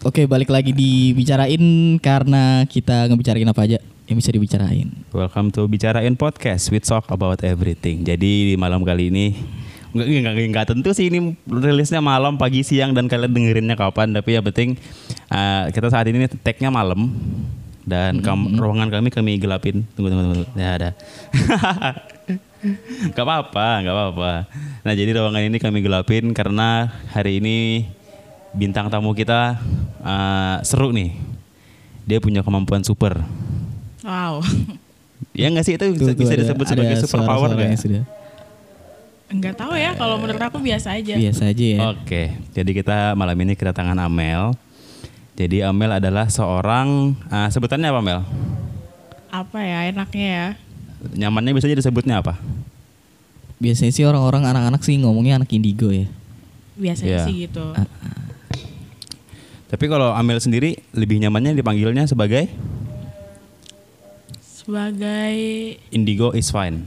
Oke, balik lagi dibicarain karena kita ngebicarain apa aja yang bisa dibicarain. Welcome to Bicarain Podcast with Talk About Everything. Jadi di malam kali ini nggak nggak nggak tentu sih ini rilisnya malam pagi siang dan kalian dengerinnya kapan tapi yang penting eh, kita saat ini tag-nya malam dan kam- ruangan kami kami gelapin tunggu tunggu tunggu ya ada Gak apa-apa, gak apa-apa. Nah jadi ruangan ini kami gelapin karena hari ini bintang tamu kita eh, seru nih. Dia punya kemampuan super. Wow. Ya nggak sih itu Tuh, bisa, tuh bisa ada- disebut ada sebagai super power suara-suara yang nggak? ya? sudah Enggak tahu ya kalau menurut aku biasa aja. Biasa aja ya. Oke, jadi kita malam ini kedatangan Amel. Jadi Amel adalah seorang ah, sebutannya apa Mel? Apa ya enaknya ya? Nyamannya biasanya disebutnya apa? Biasanya sih orang-orang anak-anak sih ngomongnya anak indigo ya. Biasanya Iya. sih gitu. Ah, Tapi kalau Amel sendiri lebih nyamannya dipanggilnya sebagai Sebagai Indigo is fine.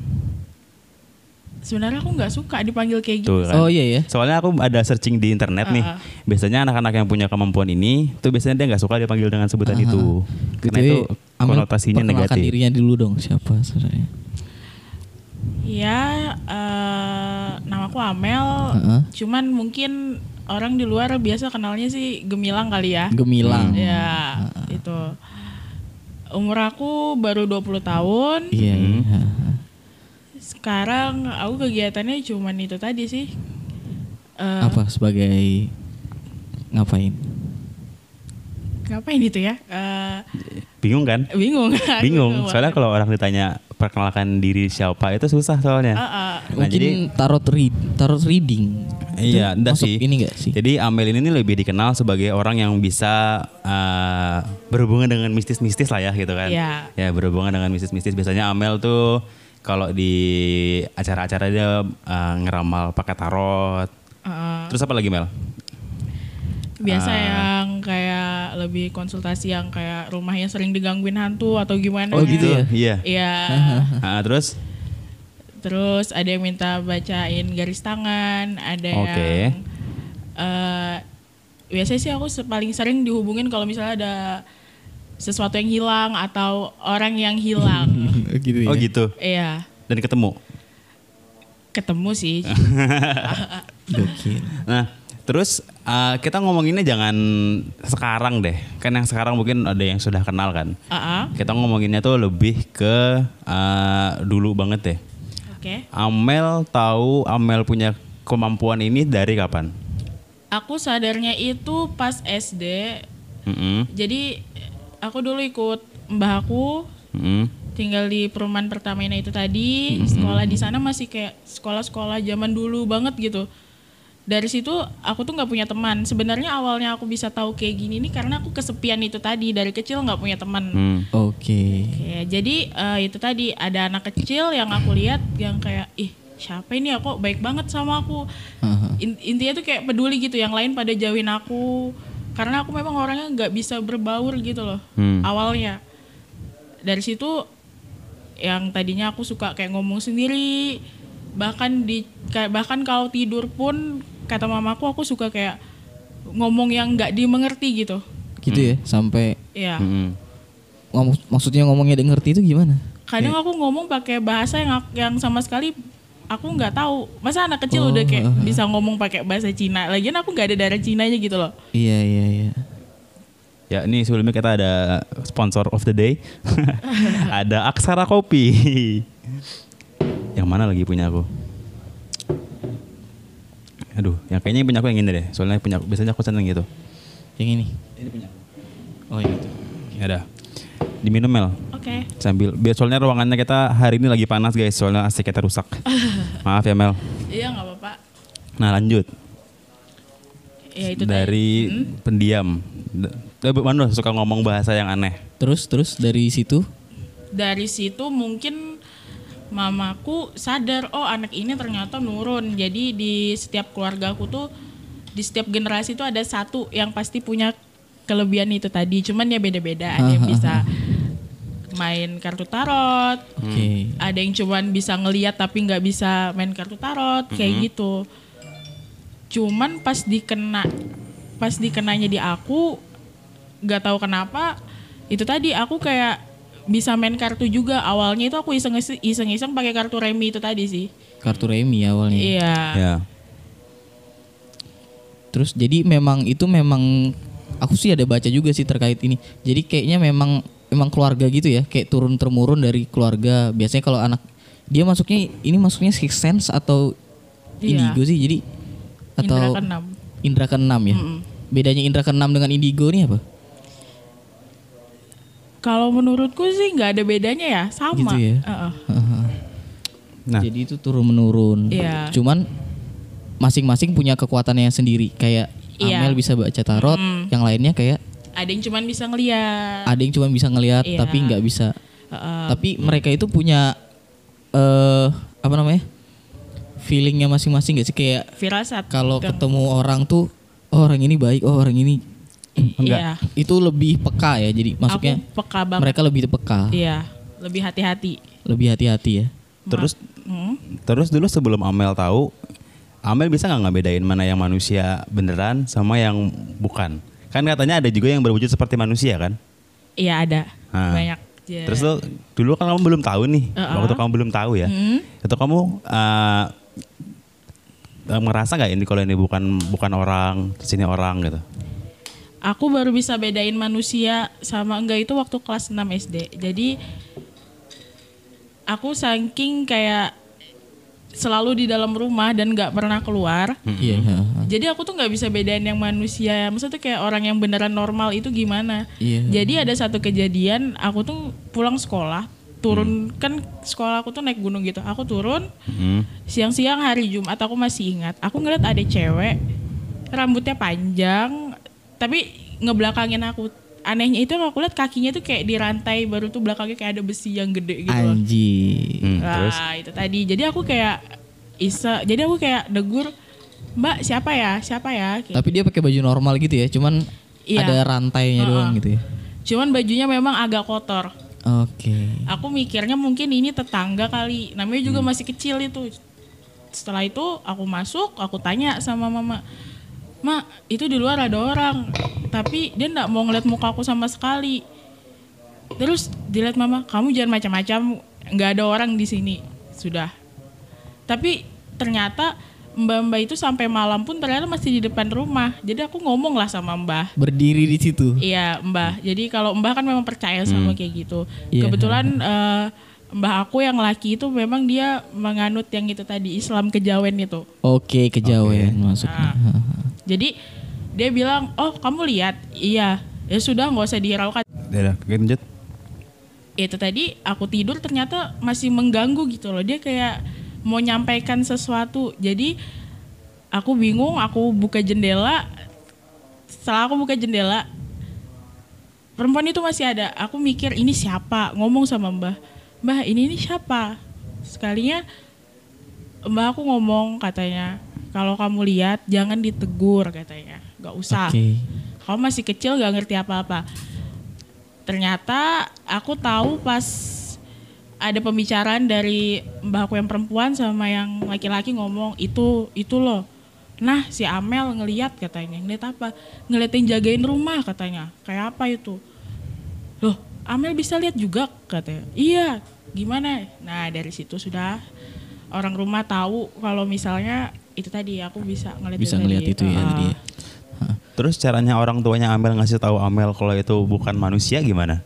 sebenarnya aku nggak suka dipanggil kayak gitu. Tuh kan? Oh iya ya. Soalnya aku ada searching di internet nih. Ah, ah. Biasanya anak-anak yang punya kemampuan ini tuh biasanya dia nggak suka dipanggil dengan Ah, sebutan itu. Karena BTW, Nah, itu Amel, konotasinya perkenalkan negatif. dirinya dulu dong siapa sebenarnya. Ya, eh, nama aku Amel. Heeh. Cuman mungkin orang di luar biasa kenalnya sih Gemilang kali ya. Gemilang. Ya, itu. Umur aku baru 20 tahun. Iya. iya. Hmm. Ah, Sekarang aku kegiatannya cuman itu tadi sih. Eh, ah. Apa sebagai ngapain? Ngapain itu ya? Eh, Bingung kan? bingung. Bingung. Soalnya kalau orang ditanya perkenalkan diri siapa itu susah soalnya. Heeh. Nah, Mungkin jadi- tarot read, tarot reading. Iya, Itu enggak masuk sih. Ini enggak sih? Jadi Amel ini nih lebih dikenal sebagai orang yang bisa eh, berhubungan dengan mistis-mistis lah ya gitu kan. Iya. Ya, berhubungan dengan mistis-mistis. Biasanya Amel tuh kalau di acara-acara dia eh, ngeramal pakai tarot. Heeh. Terus apa lagi Mel? biasa yang kayak lebih konsultasi yang kayak rumahnya sering digangguin hantu atau gimana. Oh, gitu ya? Iya. Iya. Ah, terus Terus ada yang minta bacain garis tangan, ada Oke. yang eh, biasanya sih aku se- paling sering dihubungin kalau misalnya ada sesuatu yang hilang atau orang yang hilang. gitu oh gitu. Iya, Dan ketemu. ketemu sih. Gokil. Nah, terus eh, kita ngomonginnya jangan sekarang deh. Kan yang sekarang mungkin ada yang sudah kenal kan. Heeh. Kita ngomonginnya tuh lebih ke eh, dulu banget deh. Oke. Amel tahu Amel punya kemampuan ini dari kapan? Aku sadarnya itu pas SD Mm-mm. Jadi aku dulu ikut mbah aku Mm-mm. tinggal di perumahan Pertamina itu tadi. Sekolah di sana masih kayak sekolah-sekolah zaman dulu banget gitu. Dari situ aku tuh nggak punya teman. Sebenarnya awalnya aku bisa tahu kayak gini nih karena aku kesepian itu tadi dari kecil nggak punya teman. Mm. Oke. Oke, jadi eh, itu tadi ada anak kecil yang aku lihat yang kayak ih siapa ini ya kok baik banget sama aku. Aha. In- intinya tuh kayak peduli gitu yang lain pada jauhin aku karena aku memang orangnya nggak bisa berbaur gitu loh Hmm. awalnya dari situ yang tadinya aku suka kayak ngomong sendiri bahkan di kayak- bahkan kalau tidur pun kata mamaku aku suka kayak ngomong yang nggak dimengerti gitu Gitu ya, sampai ya Mm-mm. ngom- maksudnya ngomongnya dia ngerti itu gimana? kadang aku ngomong pakai bahasa yang ak- yang sama sekali aku nggak tahu masa anak kecil udah kayak bisa ngomong pakai bahasa Cina lagian aku nggak ada darah Cinanya gitu loh Iya, iya, iya. Ya, ini sebelumnya kita ada sponsor of the day. ada Aksara Kopi. yang mana lagi punya aku? Aduh, yang kayaknya yang punya aku yang ini deh. Soalnya punya aku- biasanya aku seneng gitu. Yang ini. Ini punya. Oh, yang itu. Ya ada. Diminum Mel. oke Sambil biar soalnya ruangannya kita hari ini lagi panas guys, soalnya AC kita rusak. Maaf ya Mel. Iya nggak apa-apa. Nah, lanjut. Ya itu tadi. Hmm? dari pendiam. D- eh, Manu suka ngomong bahasa yang aneh. Terus terus dari situ Dari situ mungkin mamaku sadar oh anak ini ternyata nurun. Jadi di setiap keluarga aku tuh di setiap generasi tuh ada satu yang pasti punya kelebihan itu tadi. Cuman ya beda-beda. Ada yang bisa main kartu tarot, oke. ada yang cuman bisa ngeliat tapi nggak bisa main kartu tarot kayak gitu. cuman pas dikena pas dikenanya di aku nggak tahu kenapa itu tadi aku kayak bisa main kartu juga awalnya itu aku iseng iseng iseng pakai kartu remi itu tadi sih Kartu remi awalnya. iya Ya. Terus jadi memang itu memang aku sih ada baca juga sih terkait ini. Jadi kayaknya memang memang keluarga gitu ya, kayak turun temurun dari keluarga. Biasanya kalau anak dia masuknya ini masuknya six sense atau Iya. indigo sih. Jadi indra Ya, atau keenam indra keenam ya. Bedanya indra keenam dengan indigo ini apa? kalau menurutku sih nggak ada bedanya ya sama Gitu ya? Heeh. Nah, Jadi itu turun menurun. Iya. Cuman masing-masing punya kekuatannya sendiri. Kayak Iya. Amel bisa baca tarot, yang lainnya kayak ada yang cuman bisa ngeliat ada yang cuma bisa ngelihat Iya. Um. tapi nggak bisa. Heeh. tapi mereka itu punya eh apa namanya? feelingnya masing-masing gak sih kayak firasat kalau ketemu orang tuh oh, orang ini baik, oh orang ini enggak. iya itu lebih peka ya. Jadi maksudnya aku peka banget mereka lebih peka, iya lebih hati-hati lebih hati-hati ya. terus Hmm. terus dulu sebelum Amel tahu, Amel bisa nggak ngebedain mana yang manusia beneran sama yang bukan? Kan katanya ada juga yang berwujud seperti manusia kan? iya ada Ah. banyak Ya. Terus lo dulu kan kamu belum tahu nih, Uh-uh. waktu kamu belum tahu ya, Hmm? itu kamu eh, eh, merasa nggak ini kalau ini bukan bukan orang, terus ini orang gitu? Aku baru bisa bedain manusia sama enggak itu waktu kelas 6 SD. Jadi aku saking kayak selalu di dalam rumah dan nggak pernah keluar. Iya. heeh. Jadi aku tuh nggak bisa bedain yang manusia, maksudnya kayak orang yang beneran normal itu gimana. Iya. Jadi ada satu kejadian, aku tuh pulang sekolah, turun kan sekolah aku tuh naik gunung gitu. Aku turun Hmm. siang-siang hari Jumat aku masih ingat aku ngeliat ada cewek rambutnya panjang tapi ngebelakangin aku anehnya itu aku lihat kakinya tuh kayak dirantai baru tuh belakangnya kayak ada besi yang gede gitu loh. Anji. Hmm, Nah, Terus itu tadi jadi aku kayak isa jadi aku kayak degur mbak siapa ya siapa ya Kayak- Tapi dia pakai baju normal gitu ya, cuman Iya. ada rantainya doang gitu ya. cuman bajunya memang agak kotor Oke. aku mikirnya mungkin ini tetangga kali namanya juga masih kecil itu setelah itu aku masuk aku tanya sama mama ma itu di luar ada orang tapi dia nggak mau ngeliat muka aku sama sekali terus dilihat mama kamu jangan macam-macam nggak ada orang di sini sudah tapi ternyata mbak-mbak itu sampai malam pun ternyata masih di depan rumah jadi aku ngomong lah sama mbah Berdiri di situ. Iya Mbah. Jadi kalau Mbah kan memang percaya sama kayak gitu. Iya. Kebetulan eh, Mbah aku yang laki itu memang dia menganut yang itu tadi Islam kejawen itu. Oke, kejauhan Ah. masuknya. Jadi dia bilang, oh kamu lihat, iya. Ya sudah nggak usah dihiraukan. udah, oke, lanjut. Itu tadi aku tidur ternyata masih mengganggu gitu loh. Dia kayak mau nyampaikan sesuatu. Jadi aku bingung, aku buka jendela. Setelah aku buka jendela, perempuan itu masih ada. Aku mikir ini siapa? Ngomong sama Mbah. Mbah, ini ini siapa? Sekalinya Mbah aku ngomong katanya, kalau kamu lihat jangan ditegur katanya. Gak usah. Oke. Kamu masih kecil gak ngerti apa-apa. Ternyata aku tahu pas ada pembicaraan dari mbah aku yang perempuan sama yang laki-laki ngomong itu itu loh. Nah si Amel ngeliat katanya, ngeliat apa? Ngeliatin jagain rumah katanya. Kayak apa itu? Loh, Amel bisa lihat juga katanya. Iya, gimana? Nah, dari situ sudah orang rumah tahu kalau misalnya itu tadi aku bisa ngeliat Bisa ngelihat tadi. itu ya Ah. tadi ya. Terus caranya orang tuanya Amel ngasih tahu Amel kalau itu bukan manusia gimana?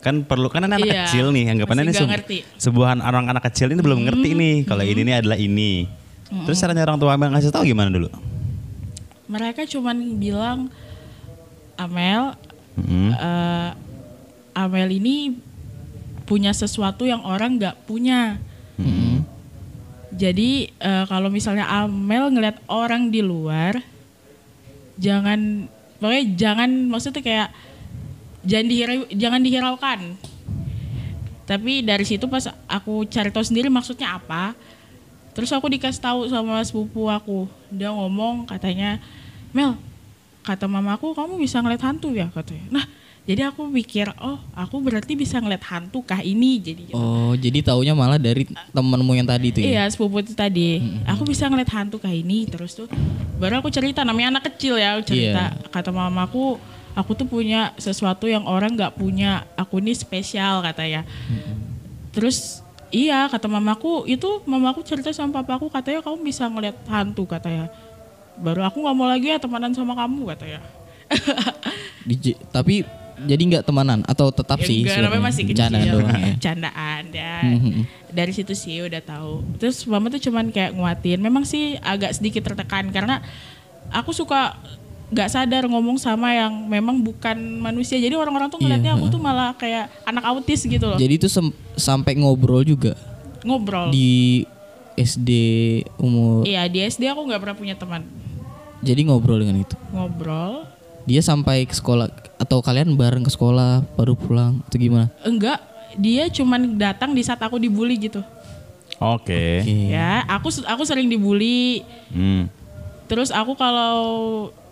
Kan perlu kan anak Iya, kecil nih anggapannya ini masih nggak se- ngerti. Hmm, sebuah orang anak kecil ini belum ngerti nih kalau ini nih adalah ini. Terus caranya orang tua Amel ngasih tahu gimana dulu? Mereka cuman bilang Amel Mm-mm. eh, Amel ini punya sesuatu yang orang nggak punya. Mm-mm. Jadi eh, kalau misalnya Amel ngeliat orang di luar, jangan pokoknya jangan maksudnya kayak jangan dihirau- jangan dihiraukan. Tapi dari situ pas aku cari tahu sendiri maksudnya apa, terus aku dikasih tahu sama sepupu aku, dia ngomong katanya, Mel, kata mamaku kamu bisa ngeliat hantu ya katanya. Nah Jadi aku pikir, oh aku berarti bisa ngeliat hantu kah ini? Jadi gitu. Oh, jadi taunya malah dari temenmu yang tadi itu ya? Iya sepupu itu tadi. Aku bisa ngeliat hantu kayak ini terus tuh. Baru aku cerita namanya anak kecil ya aku cerita kata mamaku aku tuh punya sesuatu yang orang nggak punya. Aku ini spesial kata ya. Terus iya kata mamaku itu mamaku cerita sama papaku katanya kamu bisa ngeliat hantu katanya. Baru aku nggak mau lagi ya temanan sama kamu ya. katanya. Dij- tapi jadi nggak temanan atau tetap Ya sih? enggak, sebenarnya? namanya masih kecil. Bercandaan doang ya. Mm-hmm. Bercandaan, ya. Dari situ sih udah tahu. Terus mama tuh cuman kayak nguatin. Memang sih agak sedikit tertekan karena aku suka nggak sadar ngomong sama yang memang bukan manusia. Jadi orang-orang tuh Iya, ngeliatnya aku tuh malah kayak anak autis gitu loh. Jadi itu sem- sampai ngobrol juga Ngobrol. di SD umur. Oh. Iya, di SD aku nggak pernah punya teman. Jadi ngobrol dengan itu. Ngobrol. Dia sampai ke sekolah atau kalian bareng ke sekolah baru pulang atau gimana? Enggak, dia cuman datang di saat aku dibully gitu. Oke. Oke. Ya, aku aku sering dibully. Hmm. Terus aku kalau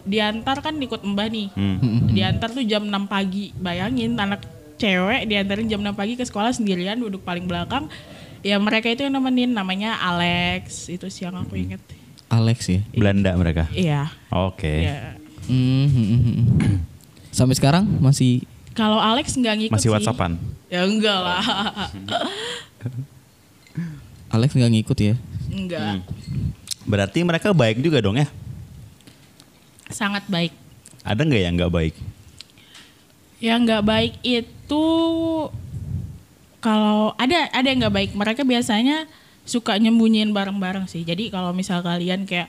diantar kan ikut mbah nih. Hmm. Diantar tuh jam 6 pagi. Bayangin anak cewek diantarin jam 6 pagi ke sekolah sendirian duduk paling belakang. Ya mereka itu yang nemenin namanya Alex. Itu siang aku Hmm. inget. Alex ya. Belanda mereka. Iya. Oke. iya. Hmm, hmm, hmm, hmm. Sampai sekarang masih Kalau Alex nggak ngikut Masih sih. WhatsAppan. Ya enggak lah. Alex nggak ngikut ya? enggak. Hmm. Berarti mereka baik juga dong ya? Sangat baik. Ada nggak yang nggak baik? Yang nggak baik itu kalau ada ada yang nggak baik mereka biasanya suka nyembunyiin barang-barang sih. Jadi kalau misal kalian kayak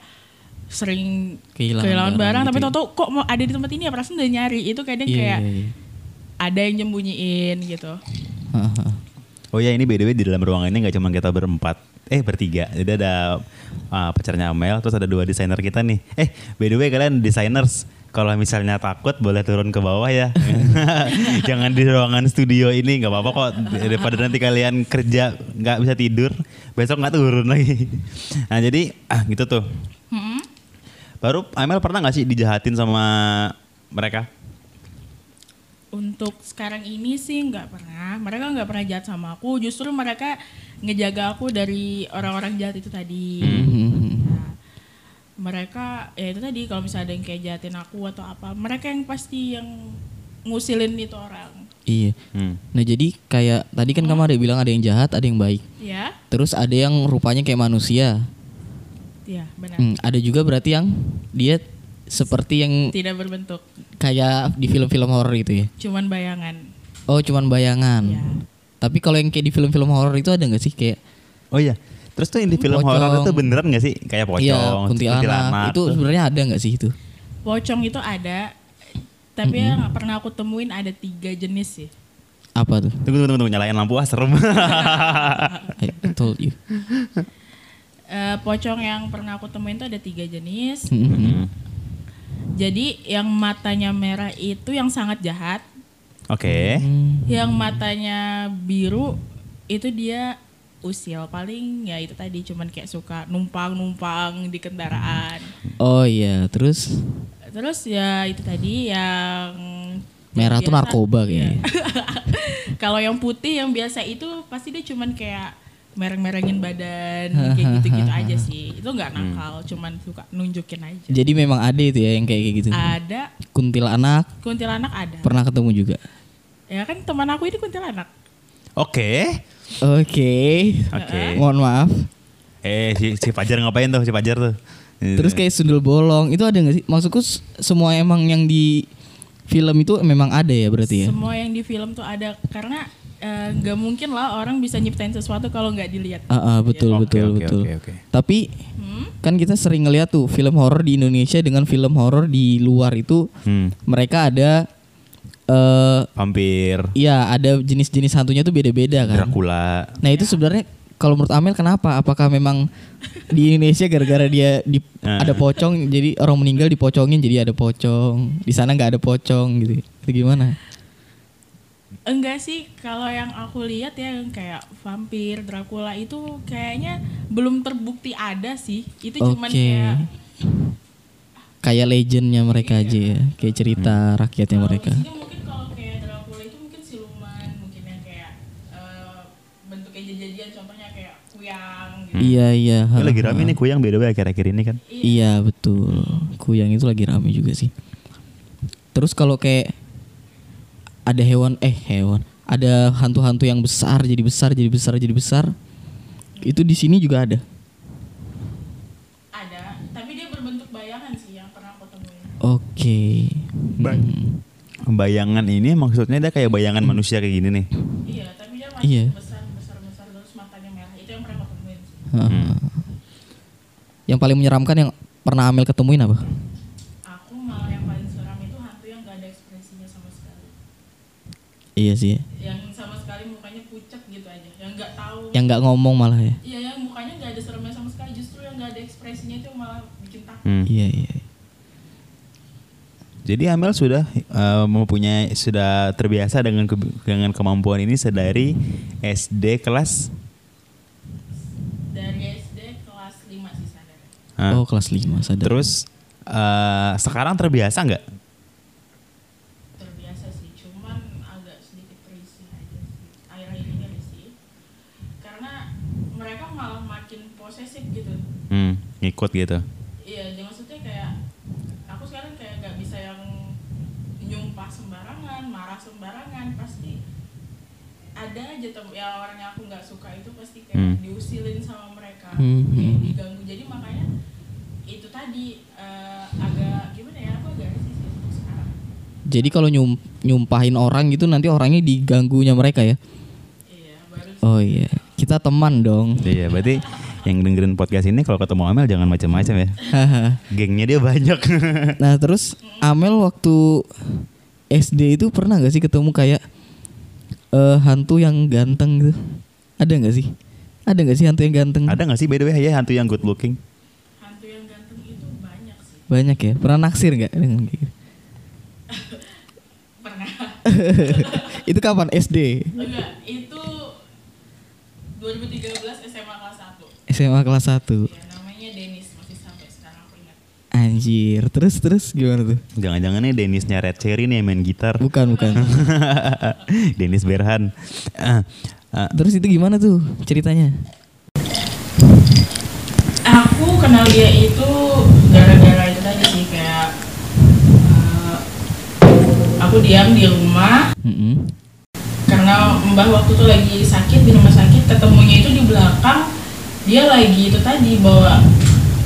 sering Kehilangan kehilangan, barang barang, gitu tapi ya. tau-tau kok mau ada di tempat ini ya perasaan udah nyari itu kadang Iya, kayak iya, iya. ada yang nyembunyiin gitu. Hahaha. Oh ya ini by the way di dalam ruangannya nggak cuma kita berempat, eh bertiga. Jadi ada uh, pacarnya Amel, terus ada dua desainer kita nih. Eh by the way kalian designers, kalau misalnya takut boleh turun ke bawah ya. Jangan di ruangan studio ini, nggak apa-apa kok. Daripada nanti kalian kerja nggak bisa tidur, besok nggak turun lagi. Nah jadi ah gitu tuh. Baru Amel pernah nggak sih dijahatin sama mereka? Untuk sekarang ini sih nggak pernah. Mereka nggak pernah jahat sama aku. Justru mereka ngejaga aku dari orang-orang jahat itu tadi. Hmm. Nah, mereka ya itu tadi kalau misalnya ada yang kayak jahatin aku atau apa, mereka yang pasti yang ngusilin itu orang. Iya. Hmm. Nah jadi kayak tadi kan kamu ada bilang ada yang jahat, ada yang baik. Ya, Terus ada yang rupanya kayak manusia. ya benar. Hmm, ada juga berarti yang dia seperti yang Tidak berbentuk, kayak di film-film horor itu ya. cuman bayangan. Oh, cuman bayangan. Ya. Tapi kalau yang kayak di film-film horor itu ada nggak sih kayak Oh iya. Terus tuh yang di film Pocong. horor itu beneran gak sih? Kayak pocong, iya kuntilanak, itu terus- sebenarnya ada nggak sih itu? Pocong itu ada, tapi yang nggak pernah aku temuin ada tiga jenis sih. Apa tuh? Tunggu, tunggu, tunggu, nyalain lampu ah serem. I told you. Eh, pocong yang pernah aku temuin itu ada tiga jenis. Mm-hmm. Jadi yang matanya merah itu yang sangat jahat, Oke. yang matanya biru itu dia usil paling ya itu tadi cuman kayak suka numpang-numpang di kendaraan. Oh iya, terus Terus ya itu tadi yang merah tuh biasa- narkoba kayaknya. Kalau yang putih yang biasa itu pasti dia cuman kayak mereng-merengin badan kayak gitu-gitu aja sih. Itu nggak nakal, cuman suka nunjukin aja. Hmm. Jadi memang ada itu ya yang kayak kayak gitu. Ada Kuntilanak kuntilanak ada. pernah ketemu juga. Ya kan teman aku ini kuntilanak. Oke. Oke. Oke. Mohon maaf. Eh si, si Fajar ngapain tuh si Fajar tuh? Iya. Terus kayak sundel bolong itu ada nggak sih? Maksudku s- semua emang yang di film itu memang ada ya berarti ya? Semua yang di film tuh ada karena eh, nggak mungkin lah orang bisa nyiptain sesuatu kalau nggak dilihat. Ah, ah, betul Oke, betul oke, betul. oke, oke. Tapi kan kita sering ngeliat tuh film horor di Indonesia dengan film horor di luar itu Hmm. mereka ada eh Vampir, ya ada jenis-jenis hantunya tuh beda-beda kan. Iya. Dracula. Nah, itu sebenarnya kalau menurut Amel kenapa? Apakah memang di Indonesia gara-gara dia di, ada pocong jadi orang meninggal dipocongin jadi ada pocong. Di sana nggak ada pocong gitu. Itu gimana? Enggak sih kalau yang aku lihat ya yang kayak vampir, Dracula itu kayaknya belum terbukti ada sih. Itu cuman Oke. kayak Iya. Kayak legendnya mereka aja ya, kayak cerita rakyatnya mereka. Kalau di sini mungkin kalau kayak eh, gitu. Iya iya. Ini lagi rame nih goyang beda beda akhir-akhir ini kan. Iya betul. Kuyang itu lagi rame juga sih. Terus kalau kayak ada hewan eh hewan, ada hantu-hantu yang besar jadi besar jadi besar jadi besar. Itu di sini juga ada. Ada, tapi dia berbentuk bayangan sih yang pernah aku temuin. Oke. Bayangan ini maksudnya dia kayak Hmm. bayangan manusia kayak gini nih. Iya, tapi dia masih Iya. besar, besar, besar terus matanya merah. Itu yang pernah aku temuin. sih. Heeh. Hmm. Yang paling menyeramkan yang pernah Amel ketemuin apa? Aku malah yang paling seram itu hantu yang gak ada ekspresinya sama sekali. Iya sih. Yang sama sekali mukanya pucat gitu aja, yang nggak tahu. Yang nggak ngomong malah ya. Iya, yang mukanya nggak ada seremnya sama sekali. Justru yang nggak ada ekspresinya itu yang malah bikin takut. Hmm. Iya iya. Jadi Amel sudah eh, mempunyai sudah terbiasa dengan ke- dengan kemampuan ini sedari SD kelas Dari SD kelas 5 sih sadar. Ah. Oh kelas 5 sadar. Terus eh, sekarang terbiasa nggak? terbiasa sih cuman agak sedikit risih aja sih akhir-akhir ini risih karena mereka malah makin posesif gitu Hmm, ngikut gitu. iya jadi maksudnya kayak aku sekarang kayak nggak bisa yang nyumpah sembarangan marah sembarangan pasti ada aja tem ya orang yang aku nggak suka itu pasti kayak Hmm. diusilin sama mereka Hmm, kayak hmm. diganggu jadi makanya itu tadi eh, agak gimana ya aku agak risih sih untuk sekarang Jadi kalau nyum- nyumpahin orang gitu nanti orangnya diganggunya mereka ya. iya baru Oh iya. Kita teman dong. Iya, berarti yang dengerin podcast ini kalau ketemu Amel jangan macam-macam ya. Haha. Gengnya dia banyak. nah terus Amel waktu SD itu pernah nggak sih ketemu kayak eh, hantu yang ganteng gitu? Ada nggak sih? Ada nggak sih hantu yang ganteng? Ada nggak sih by the way ya hantu yang good looking? hantu yang ganteng itu banyak sih Banyak ya. Pernah naksir nggak dengan kayak gitu? pernah itu kapan SD? enggak itu 2013 SMA kelas 1 SMA kelas 1 ya namanya Dennis masih sampai sekarang aku ingat Anjir. Terus terus gimana tuh? Jangan-jangan nih Dennisnya Red Cherry nih yang main gitar. Bukan bukan. Dennis Berhan. Ah, ah, terus itu gimana tuh ceritanya? aku kenal dia itu gara-gara itu tadi sih kayak eh, aku diam di rumah Mm-mm. karena mbah waktu itu lagi sakit di rumah sakit ketemunya itu di belakang dia lagi itu tadi bawa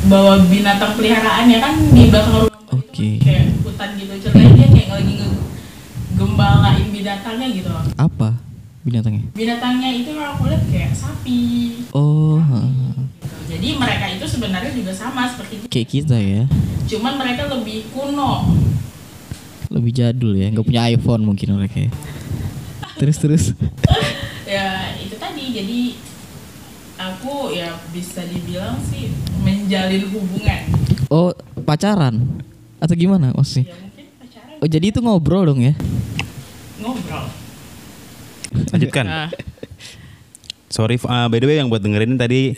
bawa binatang peliharaannya kan di belakang rumah mbah Oke. itu kayak hutan gitu ceritanya dia kayak lagi ngegembalain binatangnya gitu loh. Apa binatangnya? binatangnya itu yang aku lihat kayak sapi Oh, ha, ha. gitu. jadi mereka itu sebenarnya juga sama seperti kita kayak kita ya. cuman mereka lebih kuno Lebih jadul ya, nggak punya iPhone mungkin mereka. ya. Terus terus. ya itu tadi jadi aku ya bisa dibilang sih menjalin hubungan Oh, pacaran atau gimana maksudnya? ya mungkin pacaran Oh, jadi itu ngobrol dong ya? ngobrol lanjutkan. Nah, Sorry ah, by the way yang buat dengerin tadi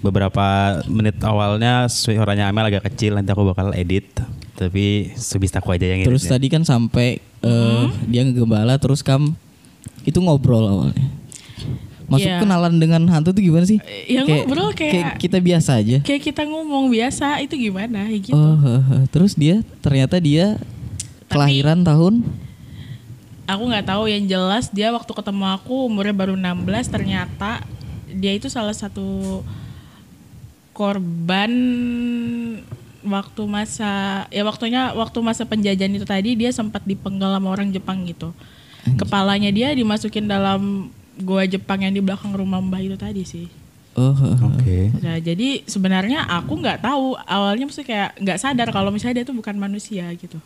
beberapa menit awalnya suaranya Amel agak kecil nanti aku bakal edit. Tapi sebistaku aja yang Terus editnya. tadi kan sampai eh, Hmm? dia ngegembala terus kam itu ngobrol awalnya. Masuk Iya. kenalan dengan hantu tuh gimana sih? Eh, ya ngobrol kayak- kita biasa aja. kayak kita ngomong biasa itu gimana ya gitu Oh, ha, ha. terus dia ternyata dia kelahiran tahun aku nggak tahu yang jelas dia waktu ketemu aku umurnya baru 16 ternyata dia itu salah satu korban waktu masa ya waktunya waktu masa penjajahan itu tadi dia sempat dipenggal sama orang Jepang gitu kepalanya dia dimasukin dalam goa Jepang yang di belakang rumah Mbah itu tadi sih Oh, ha, ha. Oke. Nah, jadi sebenarnya aku nggak tahu awalnya maksudnya kayak nggak sadar kalau misalnya dia itu bukan manusia gitu.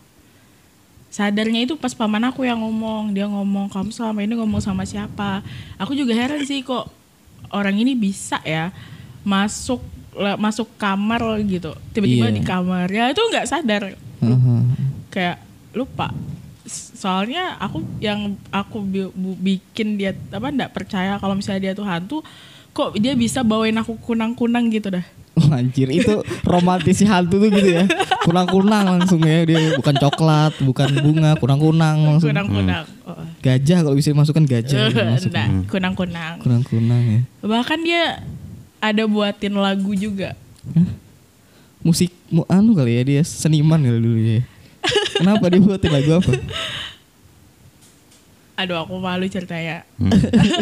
Sadarnya itu pas paman aku yang ngomong, dia ngomong kamu selama ini ngomong sama siapa? Aku juga heran sih kok orang ini bisa ya masuk le- masuk kamar gitu. Iya. Tiba-tiba di kamar. Ya itu nggak sadar Ha, ha. kayak lupa S- soalnya aku yang aku bi- bu- bikin dia apa nggak percaya kalau misalnya dia tuh hantu kok dia bisa bawain aku kunang-kunang gitu dah Wah, Anjir itu romantis si hantu tuh gitu ya Kunang-kunang langsung ya Dia bukan coklat, bukan bunga Kunang-kunang langsung kunang-kunang Oh. Gajah kalau bisa dimasukkan gajah ya, masuk. Nggak, kunang-kunang Kunang-kunang ya bahkan dia ada buatin lagu juga. musik mu anu kali ya dia seniman kali dulu ya. Kenapa dia buatin lagu apa? Aduh aku malu ceritanya. Hmm.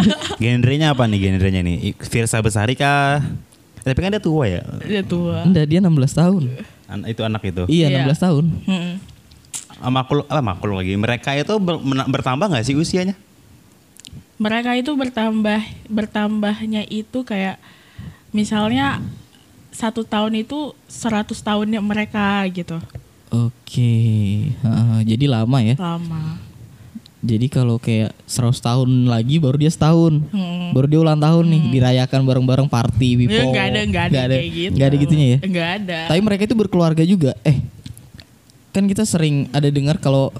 Genrenya apa nih genrenya nih? I- Firsa Besari kah? Tapi kan dia tua ya. Udah tua. Enggak, dia 16 tahun. An- itu anak itu. Iya, Iya. 16 tahun. Mm-mm. Makul, ah, makul lagi. Mereka itu ber- mena- bertambah nggak sih usianya? Mereka itu bertambah bertambahnya itu kayak misalnya satu tahun itu 100 tahunnya mereka gitu Oke. Heeh, jadi lama ya. lama. Jadi kalau kayak 100 tahun lagi baru dia setahun. Hmm. Baru dia ulang tahun nih, dirayakan bareng-bareng party wipo. Ya, nggak ada nggak ada, Nggak kayak gitu. nggak ada gitunya ya. Nggak ada. Tapi mereka itu berkeluarga juga. Eh, kan kita sering ada dengar kalau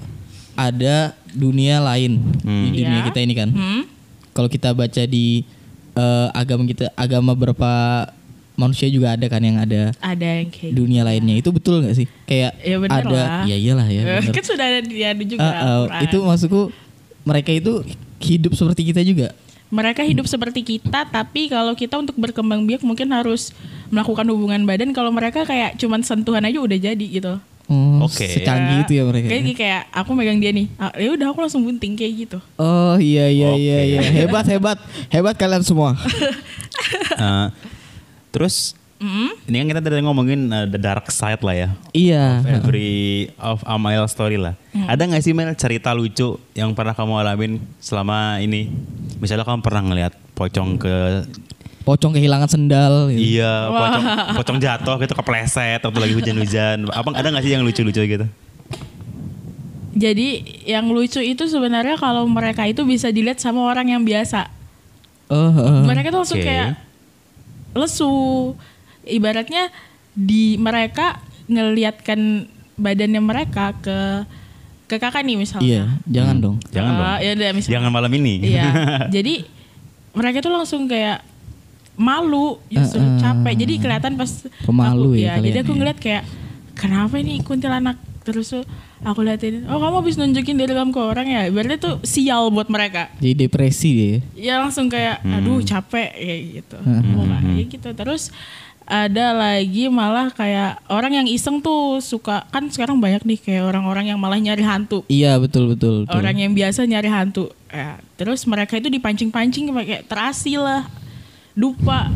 ada dunia lain di dunia Iya. kita ini kan. Hmm? Kalau kita baca di eh, agama kita, agama berapa manusia juga ada kan yang ada Ada yang kayak gitu. dunia lainnya. Itu betul nggak sih? Kayak Ya, bener ada, lah. ya iyalah ya. bener. kan sudah ada dia juga. Eh, eh, Quran. itu maksudku mereka itu hidup seperti kita juga. mereka hidup seperti kita tapi kalau kita untuk berkembang biak mungkin harus melakukan hubungan badan kalau mereka kayak cuman sentuhan aja udah jadi gitu Oh, Oke. Secanggih itu ya mereka. kayak kayak aku megang dia nih ah, ya udah aku langsung bunting kayak gitu Oh iya iya iya Oke. iya hebat hebat hebat kalian semua. Eh, terus Mm-mm. ini kan kita tadi ngomongin eh, the dark side lah ya. iya. Of Every of Amael story lah. Ada nggak sih Mel cerita lucu yang pernah kamu alamin selama ini? Misalnya kamu pernah ngelihat pocong ke Pocong kehilangan sendal. Gitu. iya pocong pocong jatuh gitu kepleset atau lagi hujan-hujan. Apa ada nggak sih yang lucu-lucu gitu? jadi yang lucu itu sebenarnya kalau mereka itu bisa dilihat sama orang yang biasa Oh, oh. mereka tuh langsung Oke. kayak lesu ibaratnya di mereka ngeliatkan badannya mereka ke ke kakak nih misalnya Iya, jangan dong. Jangan dong. Eh, iya, Ah, ya udah, misalnya. Jangan malam ini. Iya. Jadi mereka tuh langsung kayak malu, justru Eh, eh. capek. Jadi kelihatan pas Pemalu aku, iya, ya kalian Jadi aku ya. ngeliat kayak kenapa ini kuntilanak terus tuh aku liatin, oh kamu habis nunjukin diri kamu ke orang ya. Berarti tuh sial buat mereka. Jadi depresi dia. Ya langsung kayak aduh capek kayak gitu. Pokoknya gitu. Terus ada lagi malah kayak orang yang iseng tuh suka kan sekarang banyak nih kayak orang-orang yang malah nyari hantu Iya, betul betul. betul. orang yang biasa nyari hantu Ya, terus mereka itu dipancing-pancing pakai terasi lah dupa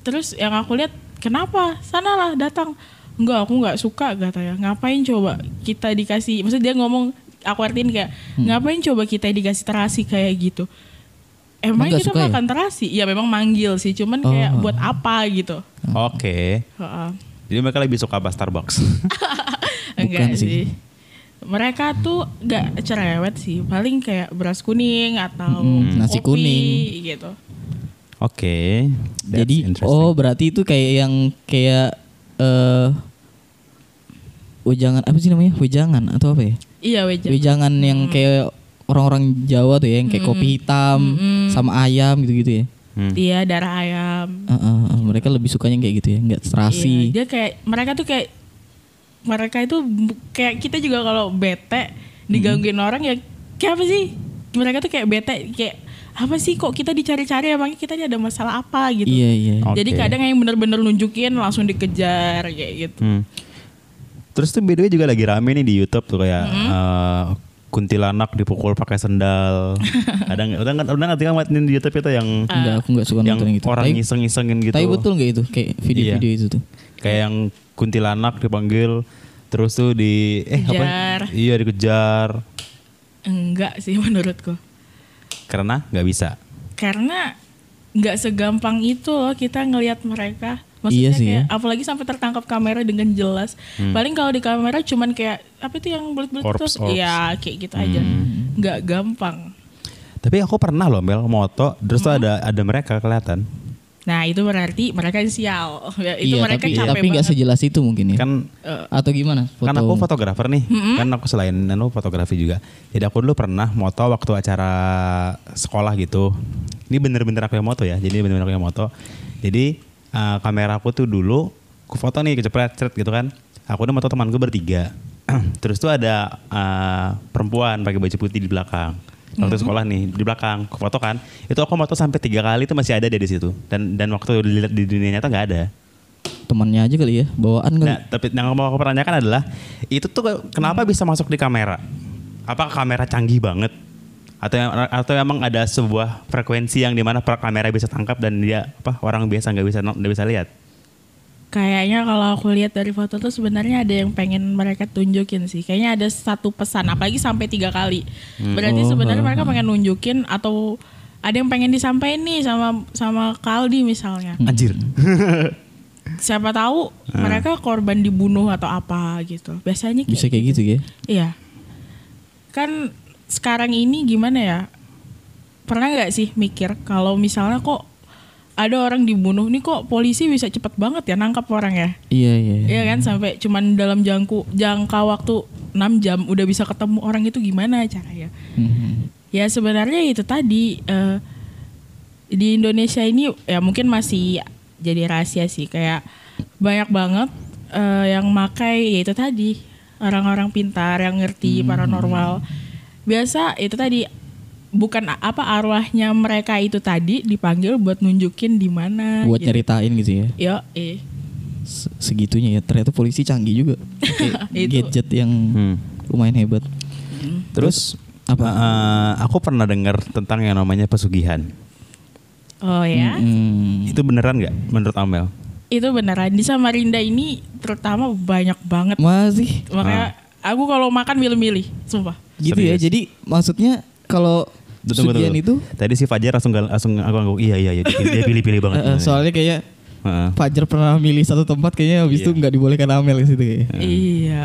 terus yang aku lihat kenapa sanalah datang enggak aku nggak suka katanya ngapain coba kita dikasih maksud dia ngomong aku artiin kayak Hmm. ngapain coba kita dikasih terasi kayak gitu Emang emang nggak kita suka ya? makan terasi ya memang manggil sih cuman kayak Oh. buat apa gitu Oke. Heeh. Jadi mereka lebih suka apa Starbucks? Bukan enggak sih. sih. Mereka tuh nggak cerewet sih, paling kayak beras kuning atau Mm-mm, nasi kopi, kuning. gitu. Oke. That's Jadi interesting. oh berarti itu kayak yang kayak eh wejangan apa sih namanya? Wejangan atau apa ya? Iya wejangan. Wejangan yang kayak orang-orang Jawa tuh ya, yang Hmm. kayak kopi hitam sama ayam gitu-gitu ya. Hmm. Iya darah ayam. Heeh, heeh, mereka lebih sukanya kayak gitu ya, enggak Iya, terasi. dia kayak mereka tuh kayak mereka itu bu- kayak kita juga kalau bete digangguin orang ya kayak apa sih? Mereka tuh kayak bete kayak apa sih kok kita dicari-cari emangnya kita ini ada masalah apa gitu. Iya, iya. Oh. Jadi Oke. kadang yang bener-bener nunjukin langsung dikejar kayak gitu. Hmm. Terus tuh BDW juga lagi rame nih di YouTube tuh kayak Hmm. eh, kuntilanak dipukul pakai sendal. ada nggak- udah nggak- udah nanti ngeliatin di YouTube itu yang Enggak, aku enggak suka yang nonton yang gitu. orang Tapi- ngiseng-ngisengin gitu. Iya. Tapi betul nggak itu kayak video-video itu tuh? Kayak yang kuntilanak dipanggil terus tuh di eh apa? Kejar. Iya dikejar. Enggak sih menurutku. Karena nggak bisa. karena nggak segampang itu loh kita ngelihat mereka maksudnya Iya sih Hmm. kayak, ya. apalagi sampai tertangkap kamera dengan jelas paling kalau di kamera cuman kayak apa itu yang bulat-bulat Orbs, terus orbs. ya kayak gitu aja Hmm. nggak gampang Tapi aku pernah loh Mel moto terus tuh ada ada mereka kelihatan. nah itu berarti mereka yang sial Ya, itu iya, mereka tapi, capek tapi nggak banget Eh. sejelas itu mungkin ya. Kan Atau gimana? Foto. Kan aku fotografer nih, kan aku selain anu fotografi juga. Jadi aku dulu pernah moto waktu acara sekolah gitu. Ini bener-bener aku yang moto ya, jadi bener-bener aku yang moto. Jadi eh, kamera aku tuh dulu, aku foto nih kecepret ceret gitu kan. Aku udah moto temanku bertiga. Terus tuh ada eh, perempuan pakai baju putih di belakang. waktu sekolah nih di belakang aku foto kan itu aku foto sampai tiga kali itu masih ada dia di situ dan dan waktu dilihat di dunia nyata nggak ada Temannya aja kali ya, bawaan kali. Nah, tapi yang mau aku pertanyakan adalah itu tuh kenapa bisa masuk di kamera? Apa kamera canggih banget? Atau atau emang ada sebuah frekuensi yang dimana per kamera bisa tangkap dan dia apa orang biasa nggak bisa nggak bisa lihat? Kayaknya kalau aku lihat dari foto tuh sebenarnya ada yang pengen mereka tunjukin sih. Kayaknya ada satu pesan, apalagi sampai tiga kali. Hmm. Berarti Oh, sebenarnya mereka pengen nunjukin atau ada yang pengen disampaikan nih sama sama Kaldi misalnya. Hmm. Anjir. Siapa tahu Ah. mereka korban dibunuh atau apa gitu. Biasanya kayak Bisa kayak gitu ya. Iya. Kan sekarang ini gimana ya? Pernah nggak sih mikir kalau misalnya kok ada orang dibunuh nih kok polisi bisa cepet banget ya nangkap orang ya? Iya, iya. Iya kan sampai cuman dalam jangku jangka waktu 6 jam udah bisa ketemu orang itu gimana caranya? Mhm. Ya sebenarnya itu tadi eh, di Indonesia ini ya mungkin masih jadi rahasia sih kayak banyak banget eh, yang makai ya itu tadi orang-orang pintar yang ngerti Hmm. paranormal. Biasa itu tadi bukan a- apa arwahnya mereka itu tadi dipanggil buat nunjukin di mana Buat gitu. nyeritain gitu ya. Yo, eh. Se- Segitunya ya. Ternyata polisi canggih juga. Pakai Itu. gadget yang Hmm. lumayan hebat. Terus Apa? eh, aku pernah dengar tentang yang namanya pesugihan. Oh ya. Hmm. Itu beneran nggak menurut Amel? Itu beneran di Samarinda ini terutama banyak banget. Masih Makanya aku kalau makan milih-milih, sumpah. gitu ya. Serius. Jadi maksudnya kalau Tunggu, tunggu, pesugihan tunggu. itu Tadi si Fajar langsung gal- langsung aku angguk iya iya iya dia pilih-pilih banget. eh, eh, soalnya kayak Heeh. Fajar pernah milih satu tempat kayaknya Iya. habis itu nggak dibolehkan Amel ke situ kayaknya. Iya.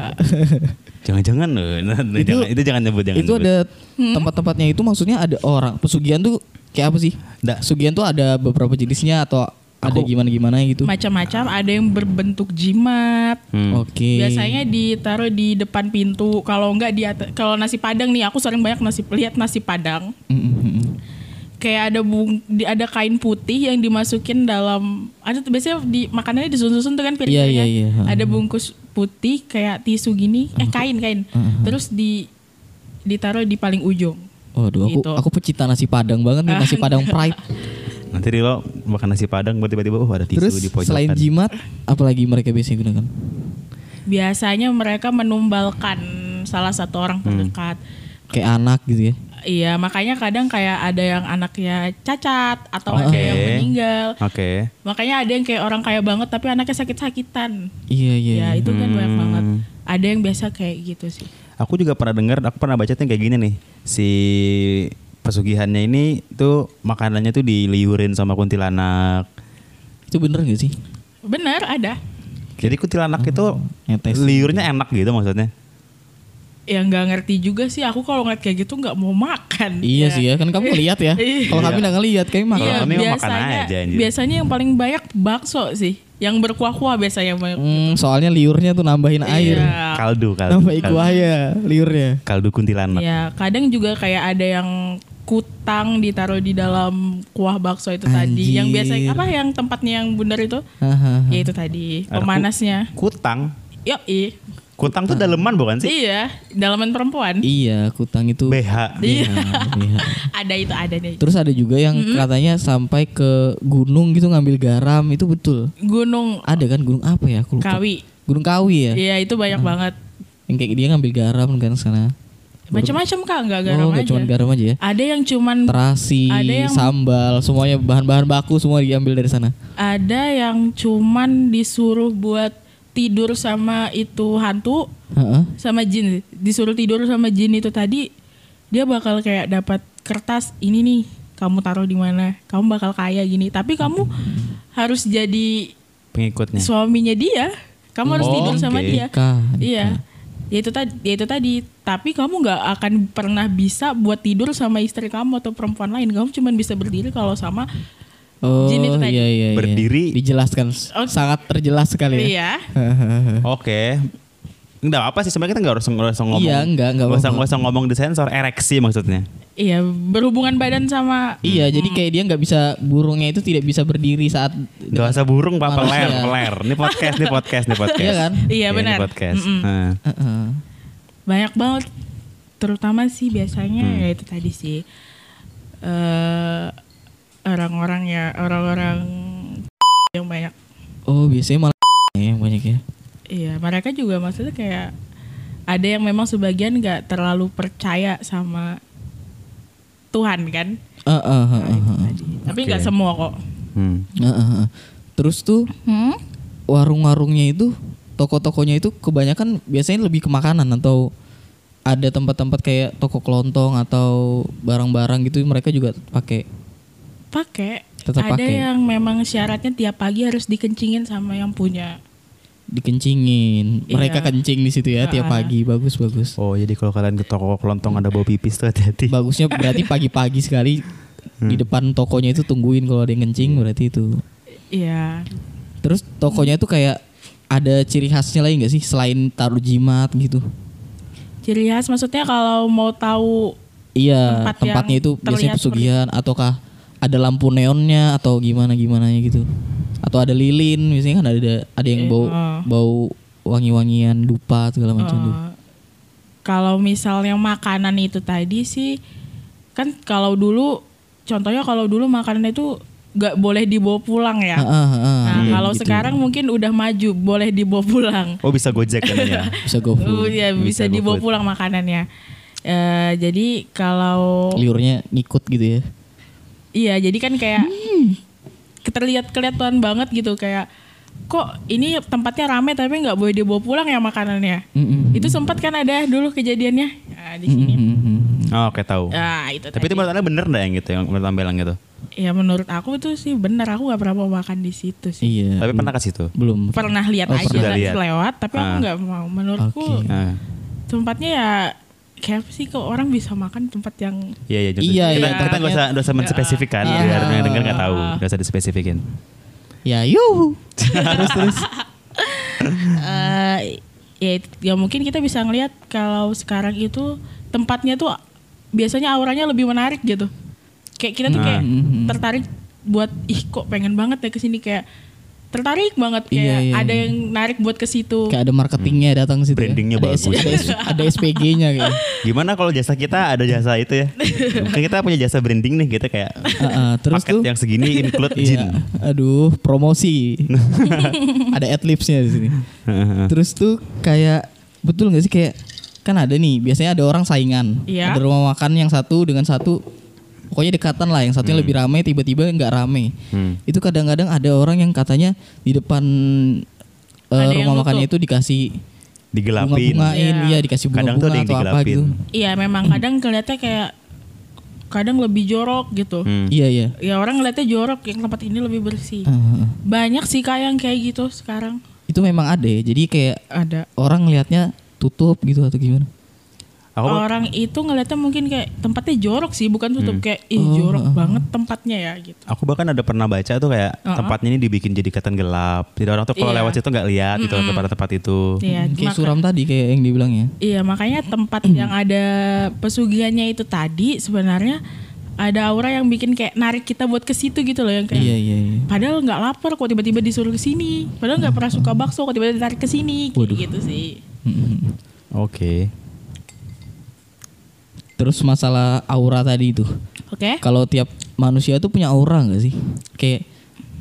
Jangan-jangan loh. Nah, nah, Itu- jangan- itu jangan nyebut jangan. itu nyebut. ada tempat-tempatnya itu maksudnya ada orang pesugihan tuh kayak apa sih? Nggak. Pesugihan tuh ada beberapa jenisnya atau ada gimana-gimana gitu. Macam-macam, ada yang berbentuk jimat. Hmm. Oke. Biasanya ditaruh di depan pintu. Kalau enggak di atas, kalau nasi padang nih, aku sering banyak nasi lihat nasi padang. Mm, mm, mm, mm. Kayak ada bung, di, ada kain putih yang dimasukin dalam ada tuh biasanya di makanannya disusun-susun tuh kan piringnya. Iya, iya, iya. Ada bungkus putih kayak tisu gini, eh kain-kain. Terus di ditaruh di paling ujung. Waduh, aku Gitu. aku pecinta nasi Padang banget nih, nasi Padang pride. Nanti Rilo makan nasi padang buat tiba-tiba oh ada tisu Terus di pojokan. selain jimat, apalagi mereka biasanya gunakan? Biasanya mereka menumbalkan salah satu orang Hmm. terdekat. Kayak anak gitu ya. Iya, makanya kadang kayak ada yang anaknya cacat atau ada Oke. yang meninggal. Oke. Makanya ada yang kayak orang kaya banget tapi anaknya sakit-sakitan. Iya, iya. Ya, iya. itu kan banyak banget. Ada yang biasa kayak gitu sih. Aku juga pernah dengar, aku pernah baca tuh yang kayak gini nih. Si pesugihannya ini tuh makanannya tuh diliurin sama kuntilanak. Itu bener gak sih? Bener, ada. Jadi kuntilanak itu Oh, Ngetes. liurnya enak gitu maksudnya. Yang Ya, nggak ngerti juga sih aku kalau ngeliat kayak gitu nggak mau makan. Iya sih ya, kan kamu lihat ya. Iya. Kalau kami nggak ngelihat, kami makan. Iya, Kalau kami mau makan biasanya, aja, anjir. biasanya yang paling banyak bakso sih. Yang berkuah-kuah biasanya yang banyak. Hmm, soalnya liurnya tuh nambahin air. Iya. Kaldu, kaldu. Nambahin kaldu, kuahnya, liurnya. kaldu kuntilanak. Iya. Ya, kadang juga kayak ada yang kutang ditaruh di dalam kuah bakso itu tadi. Anjir. Yang biasa apa yang tempatnya yang bundar itu? Hahaha. Ya itu tadi, Ada ku- pemanasnya. Kutang. Yuk, i. Kutang tuh daleman bukan sih? Iya, dalaman perempuan. Iya, kutang itu. BH. Iya, iya. ada itu ada nih. Terus ada juga yang katanya sampai ke gunung gitu ngambil garam, itu betul. Gunung Ada kan gunung apa ya? Aku lupa. Kawi. Gunung Kawi ya. Iya, itu banyak banget. Yang kayak dia ngambil garam kan sana. Macam-macam Kak, enggak garam oh, nggak aja. cuman garam aja ya. Ada yang cuman Terasi, Ada yang- sambal, semuanya bahan-bahan baku semua diambil dari sana. ada yang cuman disuruh buat tidur sama itu hantu Heeh. sama jin disuruh tidur sama jin itu tadi dia bakal kayak dapat kertas ini nih kamu taruh di mana kamu bakal kaya gini tapi kamu harus jadi Nah. Pengikutnya. Iya. suaminya dia kamu harus Oh, tidur sama oke. dia Nikah, iya ya itu tadi ya itu tadi tapi kamu nggak akan pernah bisa buat tidur sama istri kamu atau perempuan lain kamu cuma bisa berdiri kalau sama Oh, Jin itu tadi. iya, iya, iya. Berdiri. Dijelaskan s- Oh. sangat terjelas sekali ya. iya Oke. Enggak apa sih sebenarnya kita enggak harus enggak usah ngomong. Iya, nggak, nggak Nggak usah apa-apa. nggak usah ngomong di sensor ereksi maksudnya. iya berhubungan badan sama Iya, jadi Hmm. kayak dia nggak bisa burungnya itu tidak bisa berdiri saat Gak usah burung pak, Iya. Manusia. peler, peler. Ini podcast, ini podcast, Nah, ini podcast. Iya kan? Iya, ini benar. podcast. Mm-mm. Nah, Heeh. banyak banget terutama sih biasanya Hmm. ya itu tadi sih eh, orang-orang ya orang-orang yang banyak Oh biasanya malah ya yang banyak ya. Iya, mereka juga maksudnya kayak ada yang memang sebagian nggak terlalu percaya sama Tuhan kan. Ah, ah, ah, ah, ah. Tapi nggak semua kok. Hmm. Ah, ah, ah. Terus tuh Hmm? warung-warungnya itu, toko-tokonya itu kebanyakan biasanya lebih ke makanan atau ada tempat-tempat kayak toko kelontong atau barang-barang gitu mereka juga pakai. Pakai. Tetap ada pakai. yang memang syaratnya tiap pagi harus dikencingin sama yang punya. dikencingin. Mereka Iya. kencing di situ ya tiap pagi. Bagus bagus. Oh jadi kalau kalian ke toko kelontong ada bau pipis tuh hati-hati. Bagusnya berarti pagi-pagi sekali di depan tokonya itu tungguin kalau ada yang kencing berarti itu. Iya. Terus tokonya itu kayak ada ciri khasnya lagi nggak sih selain taruh jimat gitu? Ciri khas maksudnya kalau mau tahu Iya, Tempat yang tempatnya itu biasanya terlihat pesugihan ataukah ada lampu neonnya atau gimana gimana gitu. Atau ada lilin, biasanya kan ada ada yang Iya. bau bau wangi-wangian dupa segala macam tuh. Eh, kalau misalnya makanan itu tadi sih kan kalau dulu contohnya kalau dulu makanan itu nggak boleh dibawa pulang ya. Ah, ah, ah, ah. Nah, Iya, kalau gitu. sekarang mungkin udah maju, boleh dibawa pulang. Oh bisa gojek kan ya. bisa GoFood. Uh, ya bisa bisa, dibawa GoFood. pulang makanannya. Eh, jadi kalau liurnya ngikut gitu ya. iya, jadi kan kayak terlihat kelihatan banget gitu kayak kok ini tempatnya rame tapi nggak boleh dibawa pulang ya makanannya. Mm-mm. Itu sempat kan ada dulu kejadiannya nah, di sini. Mm-mm. Oh, oke tahu. Ya, Nah, Ah, itu Tapi itu menurut anda bener nggak yang gitu yang menurut tampilan gitu? Ya menurut aku itu sih benar aku nggak pernah mau makan di situ sih. Iya. Tapi pernah ke situ? belum. Pernah lihat Oh, aja pernah lah, lihat. lewat tapi aku Ah. nggak mau. Menurutku Oke. Ah. tempatnya ya kayak apa sih kok orang bisa makan tempat yang Iya iya. Iya, Kita, iya, kita nggak usah nggak usah menspesifikkan. Iya. Biar yang denger nggak tahu. Nggak usah dispesifikin. Ya yuh. terus terus. eh, ya, itu- ya mungkin kita bisa ngelihat kalau sekarang itu tempatnya tuh biasanya auranya lebih menarik gitu kayak kita tuh kayak Mm-hmm. Nah. tertarik buat ih kok pengen banget ya kesini kayak tertarik banget kayak Iya, iya, ada iya. yang narik buat ke situ Kayak ada marketingnya datang situ. ya. Hmm. Brandingnya ada S- bagus. Ada, S- gitu. ada SPG-nya kayak. Gimana kalau jasa kita ada jasa itu ya? Kan kita punya jasa branding nih kita kayak Ah, ah, terus paket tuh. yang segini include iya. jin. Aduh, promosi. ada adlibs-nya di sini. Terus tuh kayak betul nggak sih kayak kan ada nih biasanya ada orang saingan. Iya. Ada rumah makan yang satu dengan satu pokoknya dekatan lah yang satunya lebih ramai tiba-tiba nggak ramai. Hmm. Itu kadang-kadang ada orang yang katanya di depan eh, Ada yang rumah makannya itu nutup. dikasih Digelapin. bunga-bungain, Iya. iya dikasih Kadang tuh bunga-bunga ada yang atau apa digelapin. gitu. iya memang kadang kelihatnya kayak kadang lebih jorok gitu Hmm. Iya iya. ya orang ngeliatnya jorok yang tempat ini lebih bersih Ah, ah, ah. banyak sih kayak yang kayak gitu sekarang itu memang ada ya. Jadi kayak ada orang lihatnya tutup gitu atau gimana? Aku orang itu ngeliatnya mungkin kayak tempatnya jorok sih bukan tutup kayak ih jorok banget tempatnya ya gitu Aku bahkan ada pernah baca tuh kayak tempatnya ini dibikin jadi kelihatan gelap. Jadi orang tuh kalau Uh-uh. Iya. lewat situ nggak lihat gitu tempat-tempat itu. Iya, Hmm, kayak maka- suram tadi kayak yang dibilang ya. iya makanya tempat yang ada pesugihannya itu tadi sebenarnya ada aura yang bikin kayak narik kita buat ke situ gitu loh yang kayak Iya iya iya. padahal nggak lapar kok tiba-tiba disuruh ke sini padahal nggak pernah suka bakso kok tiba-tiba ditarik ke sini kayak gitu sih Mm-mm. Oke. Terus masalah aura tadi itu. oke Kalau tiap manusia tuh punya aura nggak sih? Kayak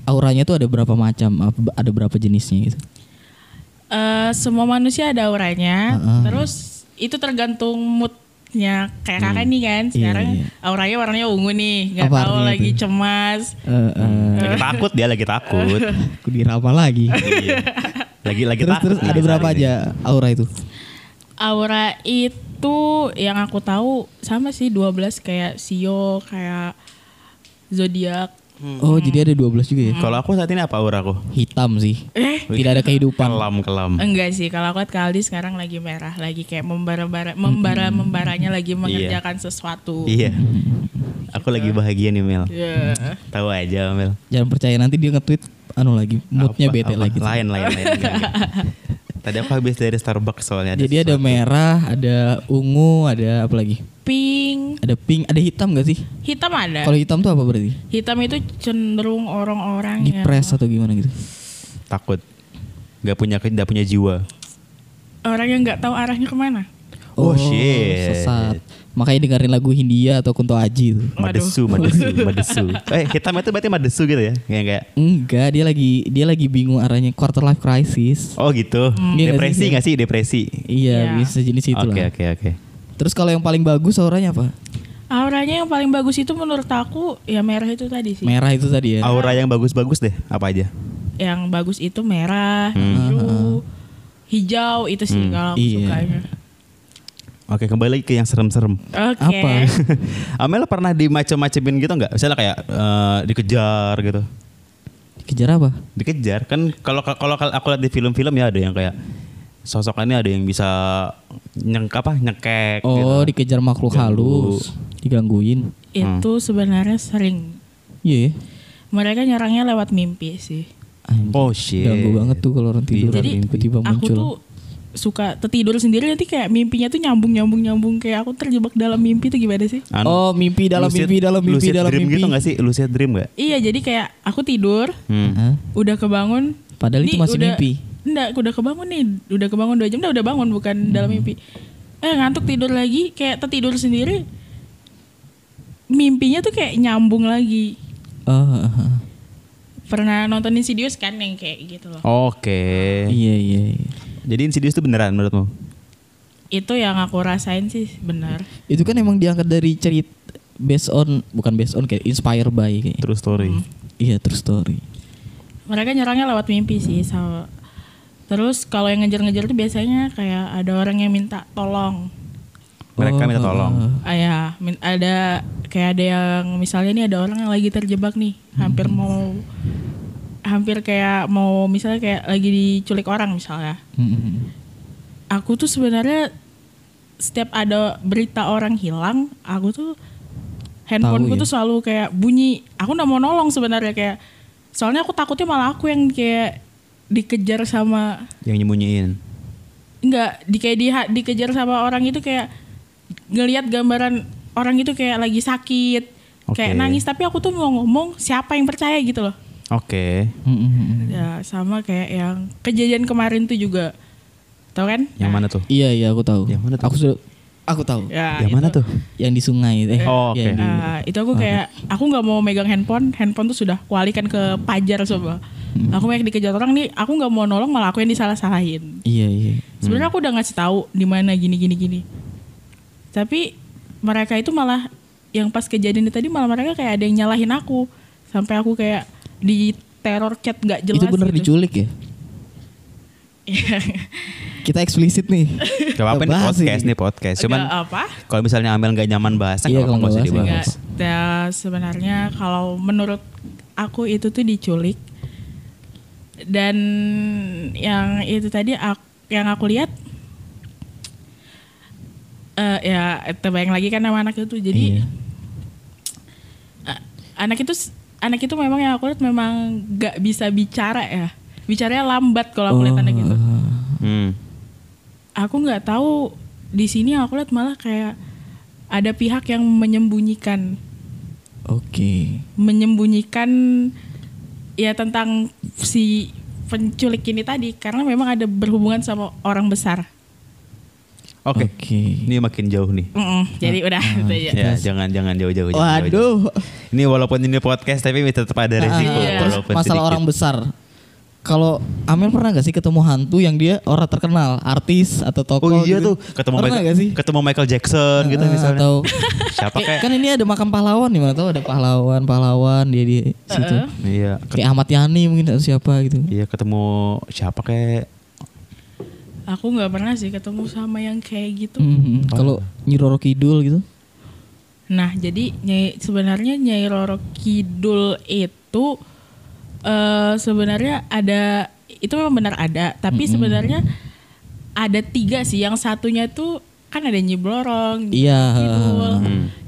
auranya tuh ada berapa macam? apa- Ada berapa jenisnya gitu? Eh, semua manusia ada auranya terus itu tergantung moodnya kayak kakak nih kan sekarang iya. auranya warnanya ungu nih nggak Apa tahu artinya lagi itu? cemas Eh, Uh. eh, Lagi takut dia lagi takut. aku diraba lagi. Iya. Lagi lagi terus takut. terus nih ada dia berapa hari ini. aja aura itu? aura itu yang aku tahu sama sih 12 kayak sio kayak zodiak Oh, jadi ada 12 juga ya. Kalau aku saat ini apa auraku? Hitam sih. eh Tidak ada kehidupan. Kelam kelam. Hmm. enggak sih kalau aku lihat Kaldi sekarang lagi merah lagi kayak membara-bara membara membaranya lagi Iya. mengerjakan sesuatu Iya. Aku Gitu. lagi bahagia nih Mel. Ya. Tahu aja Mel. Jangan percaya nanti dia nge-tweet anu lagi, moodnya Apa- bete apa? lagi. Lain lain lain. Enggak, enggak. Tadi aku habis dari Starbucks soalnya. Jadi ada sesuatu. merah, ada ungu, ada apa lagi? pink Ada pink, ada hitam gak sih? hitam Eh. ada Kalau hitam tuh apa berarti? hitam itu cenderung orang-orang ya. yang Dipres atau gimana gitu? takut. Gak punya gak punya jiwa. orang yang nggak tahu arahnya kemana. Oh, shit. Sesat. Makanya dengerin lagu Hindia atau Kunto Aji tuh. Madesu, madesu, madesu. Eh, hitam itu berarti madesu gitu ya? Kayak kayak Enggak, dia lagi dia lagi bingung arahnya quarter life crisis. Oh gitu. Iya nggak Depresi sih? nggak sih? Depresi. Iya, Iya. bisa jenis itu Oke lah. oke oke. Terus kalau yang paling bagus auranya apa? Auranya yang paling bagus itu menurut aku ya merah itu tadi sih. Merah itu tadi ya. Aura yang bagus-bagus deh, apa aja? yang bagus itu merah, biru, hijau itu sih kalau aku Hmm. Iya. sukanya. Oke, kembali lagi ke yang serem-serem. Oke. Apa? Hmm. Amel pernah dimacem-macemin gitu nggak? Misalnya kayak eh, dikejar gitu. Dikejar apa? Dikejar kan kalau kalau kalau aku lihat di film-film ya ada yang kayak sosokannya ada yang bisa nyeng apa nyekek Oh, gitu. dikejar makhluk Ganggu. halus, digangguin. Itu sebenarnya sering Iya. ya. mereka nyerangnya lewat mimpi sih. Anjir, Oh shit. Iya. Ganggu banget tuh kalau orang tidur Tidur Jadi tiba-tiba aku muncul. tuh suka tertidur sendiri nanti kayak mimpinya tuh nyambung nyambung nyambung kayak aku terjebak dalam mimpi tuh gimana sih? Anu, oh, mimpi dalam lucid- mimpi dalam mimpi lucid dalam dream mimpi. gitu nggak sih? Lucid dream nggak? Iya jadi kayak aku tidur Hmm. Hah? udah kebangun. Padahal itu Nih, masih udah- mimpi. Enggak, udah kebangun nih, udah kebangun dua jam, udah, udah bangun bukan dalam mimpi. Eh ngantuk tidur lagi, kayak tertidur sendiri. Mimpinya tuh kayak nyambung lagi. Ah, ah, ah. Pernah nonton Insidious kan yang kayak gitu loh. Oke. Iya, iya, iya. Jadi Insidious itu beneran menurutmu? Itu yang aku rasain sih benar. Itu kan emang diangkat dari cerita based on bukan based on kayak inspired by kayak. True story. Iya, true story. Mereka nyerangnya lewat mimpi sih sama Terus kalau yang ngejar-ngejar tuh biasanya kayak ada orang yang minta tolong. Mereka minta Oh. tolong. Ayah, Ah, ya, ada kayak ada yang misalnya nih ada orang yang lagi terjebak nih, hampir Hmm. mau hampir kayak mau misalnya kayak lagi diculik orang misalnya. Mm-mm. Aku tuh sebenarnya setiap ada berita orang hilang, aku tuh Tahu handphoneku ya? tuh selalu kayak bunyi. Aku nggak mau nolong sebenarnya kayak soalnya aku takutnya malah aku yang kayak dikejar sama Yang nyembunyiin. nggak di kayak di- dikejar sama orang itu kayak ngelihat gambaran orang itu kayak lagi sakit Oke. kayak nangis tapi aku tuh mau ngomong siapa yang percaya gitu loh Oke. mm, Mm-mm. Hmm. ya sama kayak yang kejadian kemarin tuh juga tau kan Yang mana tuh? Iya, iya aku tahu. Yang mana tuh? Aku sudah aku tahu. ya yang itu, mana tuh? Yang di sungai eh. Oh, oke. yang di- Ah, itu aku kayak aku nggak mau megang handphone handphone tuh sudah kualikan ke pajar coba Hmm. aku banyak dikejar orang nih aku nggak mau nolong malah aku yang disalah-salahin Iya, iya. Sebenarnya aku udah ngasih tahu di mana gini gini gini. Tapi mereka itu malah yang pas kejadian itu tadi malah mereka kayak ada yang nyalahin aku sampai aku kayak di teror chat nggak jelas Itu benar gitu. Iya. diculik ya? Kita eksplisit nih. Gak apa-apa ini Bahas podcast nih podcast. Eh, Cuman Nggak apa? kalau misalnya Amel nggak nyaman bahasnya Iya, nggak apa-apa kalau nggak usah nggak bahas, dibahas. Nggak. Ya, sebenarnya kalau menurut aku itu tuh diculik dan yang itu tadi ak- yang aku lihat eh ya terbayang lagi kan nama anak itu jadi Iya. Eh, anak itu anak itu memang yang aku lihat memang nggak bisa bicara ya bicaranya lambat kalau aku lihat anak Oh. gitu. itu Hmm. aku nggak tahu di sini yang aku lihat malah kayak ada pihak yang menyembunyikan Oke. menyembunyikan ya tentang si penculik ini tadi karena memang ada berhubungan sama orang besar Oke. Oke. Ini makin jauh nih. Mm-mm, jadi udah itu aja. Ya, jangan jangan jauh-jauh. jangan jauh-jauh. Waduh. Ini walaupun ini podcast tapi tetap ada Nah, resiko. Ah, iya. terus walaupun masalah sedikit. orang besar. Kalau Amel pernah gak sih ketemu hantu yang dia orang terkenal, artis atau tokoh? Oh iya gitu? tuh ketemu pernah Michael, gak sih? ketemu Michael Jackson gitu Ah, misalnya. Atau Siapa kayak, kayak? kan ini ada makam pahlawan nih mana tahu ada pahlawan, pahlawan dia di situ. Iya. ket- Kayak Ahmad Yani mungkin atau siapa gitu. Iya ketemu siapa kayak? aku nggak pernah sih ketemu sama yang kayak gitu Mhm. Kalau Nyiroro Kidul gitu. nah jadi Nyai- sebenarnya Nyai Roro Kidul itu eh, sebenarnya ada itu memang benar ada tapi sebenarnya ada tiga sih yang satunya tuh kan ada Nyi Blorong, Nyi Iya. Kidul.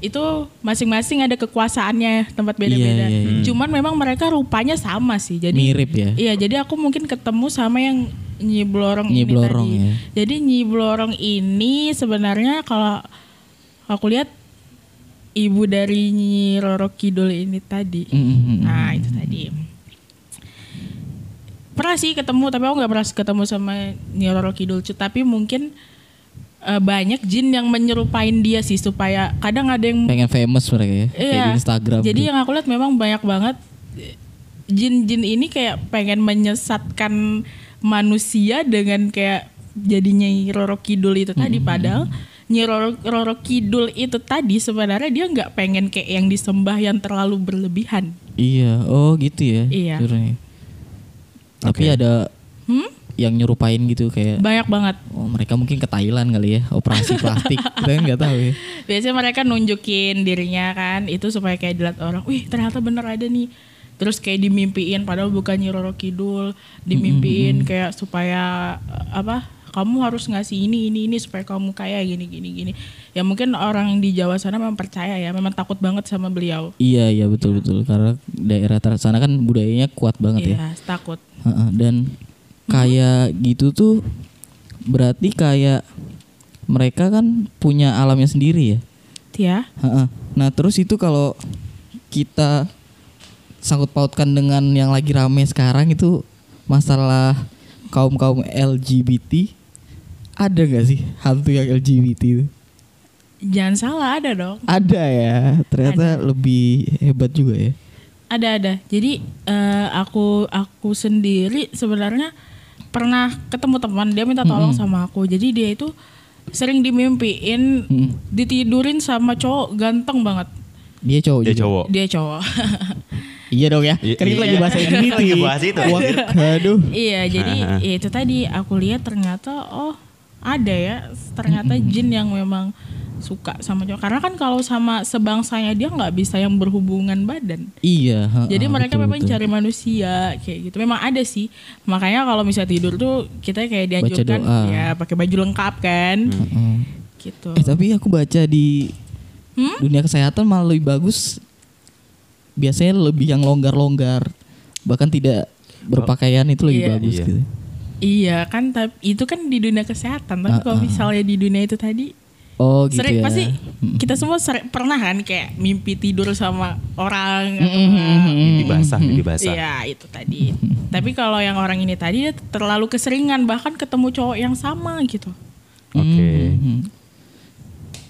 Itu masing-masing ada kekuasaannya tempat beda-beda. Iya, iya, Cuman memang mereka rupanya sama sih. Jadi Mirip ya. iya, jadi aku mungkin ketemu sama yang Nyi Blorong Nyi ini Blorong, tadi. ya. Jadi Nyi Blorong ini sebenarnya kalau aku lihat ibu dari Nyi Roro Kidul ini tadi. Mhm. Nah itu tadi pernah sih ketemu tapi aku nggak pernah ketemu sama Nyi Roro Kidul Cu. tapi mungkin eh, banyak jin yang menyerupain dia sih supaya kadang ada yang pengen famous mereka ya kayak di Instagram Iya. Jadi ya- gitu. yang aku lihat memang banyak banget eh, jin-jin ini kayak pengen menyesatkan manusia dengan kayak jadinya Roro Kidul itu tadi Hmm. padahal Nyi Roro, Roro Kidul itu tadi sebenarnya dia nggak pengen kayak yang disembah yang terlalu berlebihan. iya oh gitu ya Iya. sebenarnya. tapi Oke. ada Hmm? yang nyerupain gitu kayak Banyak banget. oh mereka mungkin ke Thailand kali ya operasi plastik kita kan nggak tahu ya Biasanya mereka nunjukin dirinya kan itu supaya kayak dilihat orang, wih ternyata bener ada nih. Terus kayak dimimpiin padahal bukan Nyi Roro Kidul, dimimpiin kayak supaya eh, apa? Kamu harus ngasih ini ini ini supaya kamu kaya gini gini gini. Ya mungkin orang di Jawa sana memang percaya ya, memang takut banget sama beliau. iya iya betul betul karena daerah ter- sana kan budayanya kuat banget ya Iya, takut. Heeh, dan kayak gitu tuh berarti kayak mereka kan punya alamnya sendiri ya Ya. Heeh. Nah terus itu kalau kita sangkut pautkan dengan yang lagi rame sekarang itu masalah kaum kaum LGBT ada nggak sih hantu yang LGBT itu? Jangan salah ada dong. Ada ya, ternyata lebih hebat juga ya. Ada ada. Jadi eh, aku aku sendiri sebenarnya pernah ketemu teman dia minta tolong sama aku. Jadi dia itu sering dimimpiin Mm-mm. ditidurin sama cowok ganteng banget. Dia cowok Dia juga. cowok. Dia cowok. Iya dong ya. Iya, Kan kita iya. lagi bahasa ini Kita lagi bahas itu, anjir. Aduh. iya, jadi ya itu tadi aku lihat ternyata oh ada ya ternyata jin yang memang suka sama cowok. Karena kan kalau sama sebangsanya dia nggak bisa yang berhubungan badan. Iya. heeh, Jadi mereka betul, memang betul. cari manusia kayak gitu. Memang ada sih. Makanya kalau misalnya tidur tuh kita kayak dianjurkan doa. Hmm. ya pakai baju lengkap kan. Heeh. Gitu. Eh tapi aku baca di Hmm? dunia kesehatan malah lebih bagus. Biasanya lebih yang longgar-longgar, bahkan tidak berpakaian itu lebih Iya. bagus Iya. gitu. Iya kan tapi itu kan di dunia kesehatan. Tapi kalau misalnya di dunia itu tadi Oh gitu ya. sering pasti kita semua sering, pernah kan kayak mimpi tidur sama orang Hmm, atau Mimpi basah, mimpi basah. Iya itu tadi. Tapi kalau yang orang ini tadi dia terlalu keseringan bahkan ketemu cowok yang sama gitu. Oke. Hmm.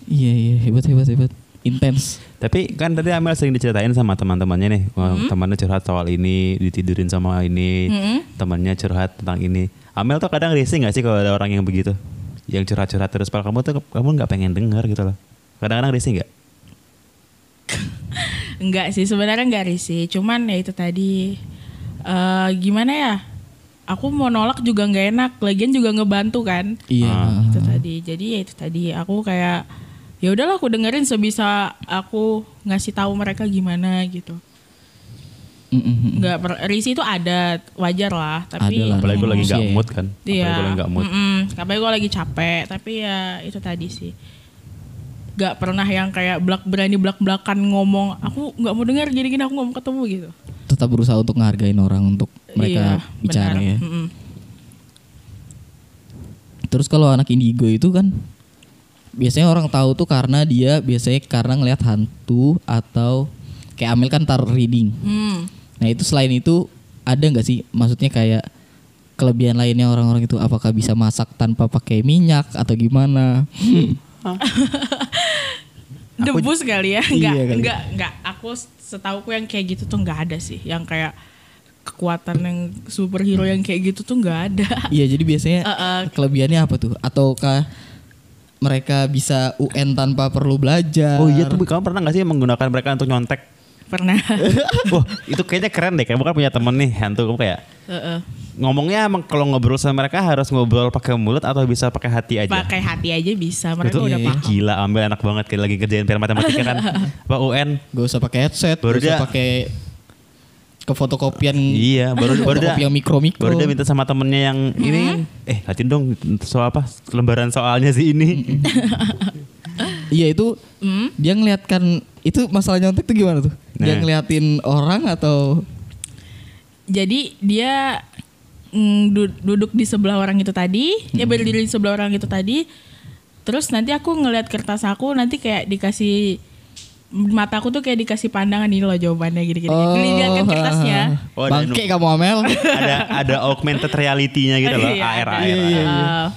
Iya iya hebat hebat hebat. Intens. Tapi kan tadi Amel sering diceritain sama teman-temannya nih, Wah, Hmm? temannya curhat soal ini, ditidurin sama ini, temannya curhat tentang ini. Amel tuh kadang risih nggak sih kalau ada orang yang begitu, yang curhat-curhat terus, padahal kamu tuh kamu nggak pengen dengar gitu loh. Kadang-kadang risih nggak? Enggak sih sebenarnya enggak risih cuman ya itu tadi eh gimana ya aku mau nolak juga nggak enak lagian juga ngebantu kan Iya. Ah. itu tadi jadi ya itu tadi aku kayak ya udahlah aku dengerin sebisa aku ngasih tahu mereka gimana gitu Mm-mm. nggak per- risih itu ada wajar lah tapi Ada lah. Hmm. Apalagi gue lagi nggak Iya, iya. mood kan, apalagi gue lagi Hmm, Iya. nggak mood. mm-mm. Apalagi gue lagi capek, tapi ya itu tadi sih. Gak pernah yang kayak belak berani belak belakan ngomong. Aku nggak mau dengar gini gini aku nggak mau ketemu gitu. Tetap berusaha untuk ngehargain orang untuk mereka Iya, bicara benar. ya. Mm-mm. Terus kalau anak indigo itu kan biasanya orang tahu tuh karena dia biasanya karena ngelihat hantu atau kayak Amel kan tarot reading. Hmm. Nah itu selain itu ada nggak sih maksudnya kayak kelebihan lainnya orang-orang itu apakah bisa masak tanpa pakai minyak atau gimana? Debus kali ya? Enggak, Iya kali. enggak, enggak. Aku setauku yang kayak gitu tuh enggak ada sih. Yang kayak kekuatan yang superhero yang kayak gitu tuh enggak ada. Iya jadi biasanya Eh, eh. kelebihannya apa tuh? Ataukah mereka bisa UN tanpa perlu Hmm. belajar? Oh iya, tuh kamu pernah nggak sih menggunakan mereka untuk nyontek? Pernah. Wah, itu kayaknya keren deh. Kayak bukan punya temen nih, hantu kamu kayak Heeh. ngomongnya emang kalau ngobrol sama mereka harus ngobrol pakai mulut atau bisa pakai hati aja? Pakai hati aja bisa. Mereka Itu udah iya. paham. gila ambil enak banget kayak lagi kerjain PR matematika kan. Pak UN. Gak usah pakai headset, Baru gak usah dia- pakai kefotokopian Iya, baru baru dia yang mikro-mikro. Baru dia minta sama temennya yang ini eh latihan dong soal apa lembaran soalnya sih ini. Iya itu dia ngeliatkan itu masalah nyontek tuh gimana tuh? Dia Nah. ngeliatin orang atau Jadi dia mm, du- duduk di sebelah orang itu tadi, dia berdiri di sebelah orang itu tadi. Terus nanti aku ngeliat kertas aku nanti kayak dikasih mata aku tuh kayak dikasih pandangan ini loh jawabannya gini-gini. Oh, Dilihatkan kertasnya. Oh, ada Bangke kamu Amel. ada ada augmented reality-nya gitu loh, Iya, AR ada. AR. Uh,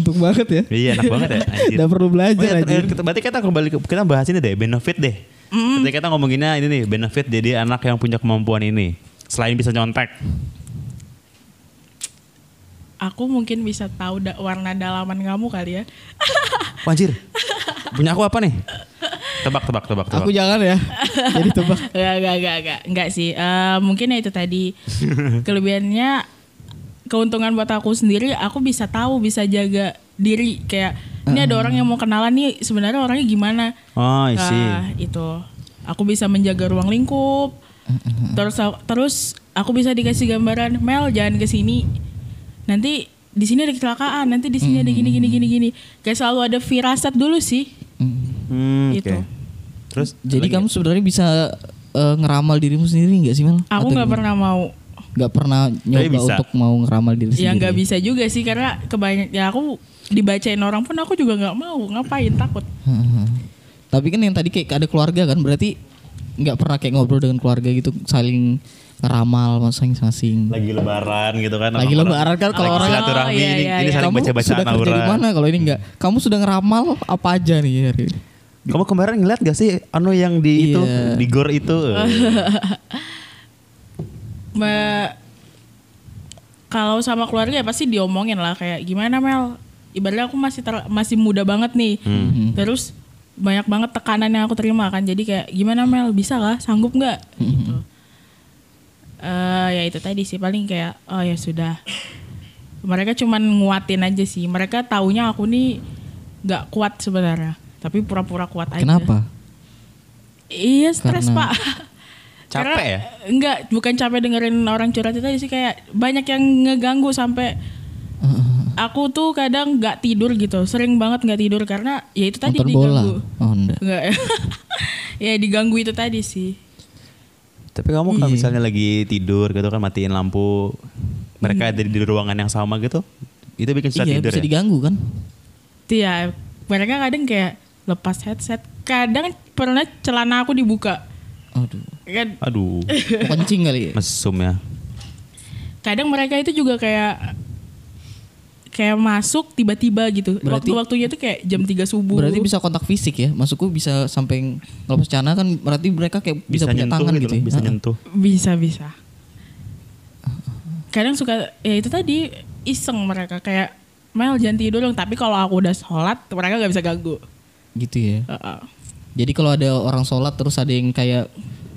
Untuk banget ya. Iya enak banget ya. anjir. Nggak perlu belajar, Oh iya, ter- anjir. kita- Berarti kita kembali ke kita bahas ini deh benefit deh. Berarti kita ngomonginnya ini nih benefit jadi anak yang punya kemampuan ini. Selain bisa nyontek. Aku mungkin bisa tahu da- warna dalaman kamu kali ya. Wah, Anjir. punya aku apa nih? Tebak tebak tebak tebak. Aku jangan ya. Jadi tebak. Gak, gak, gak, gak. Enggak sih. Eh, mungkin ya itu tadi. Kelebihannya, keuntungan buat aku sendiri, aku bisa tahu, bisa jaga diri. Kayak, ini ada orang yang mau kenalan nih, sebenarnya orangnya gimana. Oh, I see. Nah, itu. Aku bisa menjaga ruang lingkup. Terus, terus aku bisa dikasih gambaran, Mel jangan ke sini. Nanti di sini ada kecelakaan, nanti di sini ada gini, gini, gini, gini. Kayak selalu ada firasat dulu sih. Hmm, oke. Gitu. Terus Jadi kamu sebenarnya bisa eh, ngeramal dirimu sendiri nggak sih Mel? Aku nggak pernah mau Gak pernah nyoba bisa. untuk mau ngeramal diri Ya sendiri. nggak bisa juga sih karena kebanyakan ya aku dibacain orang pun aku juga nggak mau ngapain takut. Haha. Tapi kan yang tadi kayak ada keluarga kan berarti nggak pernah kayak ngobrol dengan keluarga gitu saling ngeramal masing-masing. lagi lebaran gitu kan. Lagi orang-orang- lebaran kan kalau lagi orang- silaturahmi Oh, iya, ini, iya, ini iya. saling baca-baca Hmm. sudah kerja di mana kalau ini nggak? Kamu sudah ngeramal apa aja nih hari ini? Kamu kemarin ngeliat gak sih anu yang di itu Iya. di gor itu? Me- kalau sama keluarga ya pasti diomongin lah kayak gimana Mel. Ibaratnya aku masih ter- masih muda banget nih. Terus banyak banget tekanan yang aku terima kan. Jadi kayak gimana Mel bisa lah sanggup nggak? Hmm, Gitu. Eh, ya itu tadi sih paling kayak oh ya sudah. Mereka cuman nguatin aja sih. Mereka taunya aku nih nggak kuat sebenarnya. Tapi pura-pura kuat aja. Kenapa? Iya stres Karena- pak. Capek Karena- ya? Enggak, bukan capek dengerin orang curhat itu aja sih kayak banyak yang ngeganggu sampai aku tuh kadang nggak tidur gitu, sering banget nggak tidur karena ya itu tadi Nonton bola. diganggu. Oh, enggak. Enggak ya. ya diganggu itu tadi sih. Tapi Iya. kamu kalau misalnya lagi tidur gitu kan matiin lampu, mereka ada di ruangan yang sama gitu, itu bikin susah Iya, tidur bisa ya? diganggu kan? Itu ya mereka kadang kayak lepas headset, kadang pernah celana aku dibuka. Aduh, Kan Aduh, mau kencing kali ya. mesum ya. kadang mereka itu juga kayak kayak masuk tiba-tiba gitu. Berarti- Waktu-waktunya tuh kayak jam 3 subuh. Berarti bisa kontak fisik ya. Maksudku bisa sampai ngelepas celana kan berarti mereka kayak bisa, punya nyentuh tangan gitu, loh, ya. bisa Heeh. nyentuh. Bisa bisa. Kadang suka ya itu tadi iseng mereka kayak Mel jangan tidur dong. Tapi kalau aku udah sholat mereka nggak bisa ganggu. Uh-uh. Gitu ya. Heeh. Jadi kalau ada orang sholat terus ada yang kayak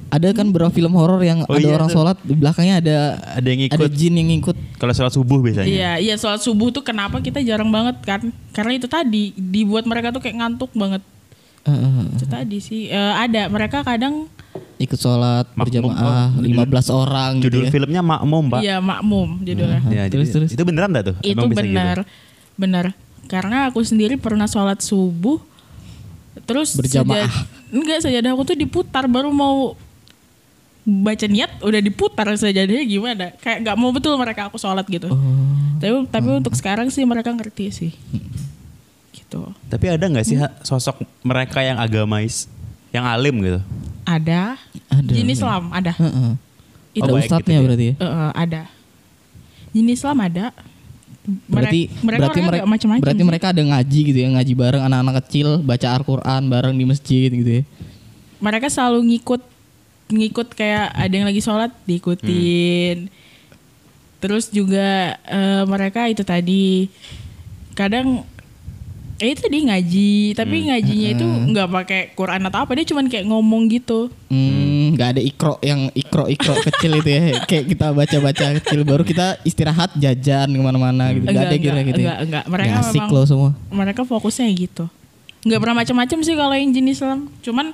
ada kan beberapa film horor yang Oh ada iya, orang tuh. sholat di belakangnya ada Ada yang ada ikut. jin yang ngikut. Kalau sholat subuh biasanya. Iya iya sholat subuh tuh kenapa kita jarang banget kan? Karena itu tadi dibuat mereka tuh kayak ngantuk banget. Heeh. Itu tadi sih Eh, ada mereka kadang ikut sholat Makmum, berjamaah oh, 15 orang gitu Judul ya. filmnya Makmum, Pak. ya makmum judulnya. Ya, Terus, jadi- terus. Itu beneran enggak tuh? itu Emang bisa gitu? benar benar karena aku sendiri pernah sholat subuh terus Berjamaah. sajad- enggak sajadah aku tuh diputar baru mau baca niat udah diputar sajadahnya gimana kayak nggak mau betul mereka aku sholat gitu Oh, tapi tapi Hmm. untuk sekarang sih mereka ngerti sih gitu Tapi ada nggak sih ha, sosok mereka yang agamais, yang alim gitu? ada, Ada. jin Islam ada Heeh. Itu- Ada baik ustadznya gitu ya. berarti ya. Eh, eh, ada jin Islam ada Mere- Berarti berarti orangnya mereka agak macam-macam berarti sih. mereka ada ngaji gitu ya, ngaji bareng anak-anak kecil, baca Al-Qur'an bareng di masjid gitu ya. mereka selalu ngikut ngikut kayak ada yang lagi sholat diikutin Hmm. terus juga eh, mereka itu tadi kadang eh itu tadi ngaji tapi Hmm. ngajinya itu nggak pakai Quran atau apa dia cuman kayak ngomong gitu Hmm, nggak ada ikro yang ikro-ikro kecil itu ya. Kayak kita baca-baca kecil baru kita istirahat jajan kemana-mana gitu. Nggak ada kira gitu ya. enggak, enggak. mereka Nggak asik memang loh semua. mereka fokusnya gitu nggak pernah macam-macam sih kalau yang jenis Islam cuman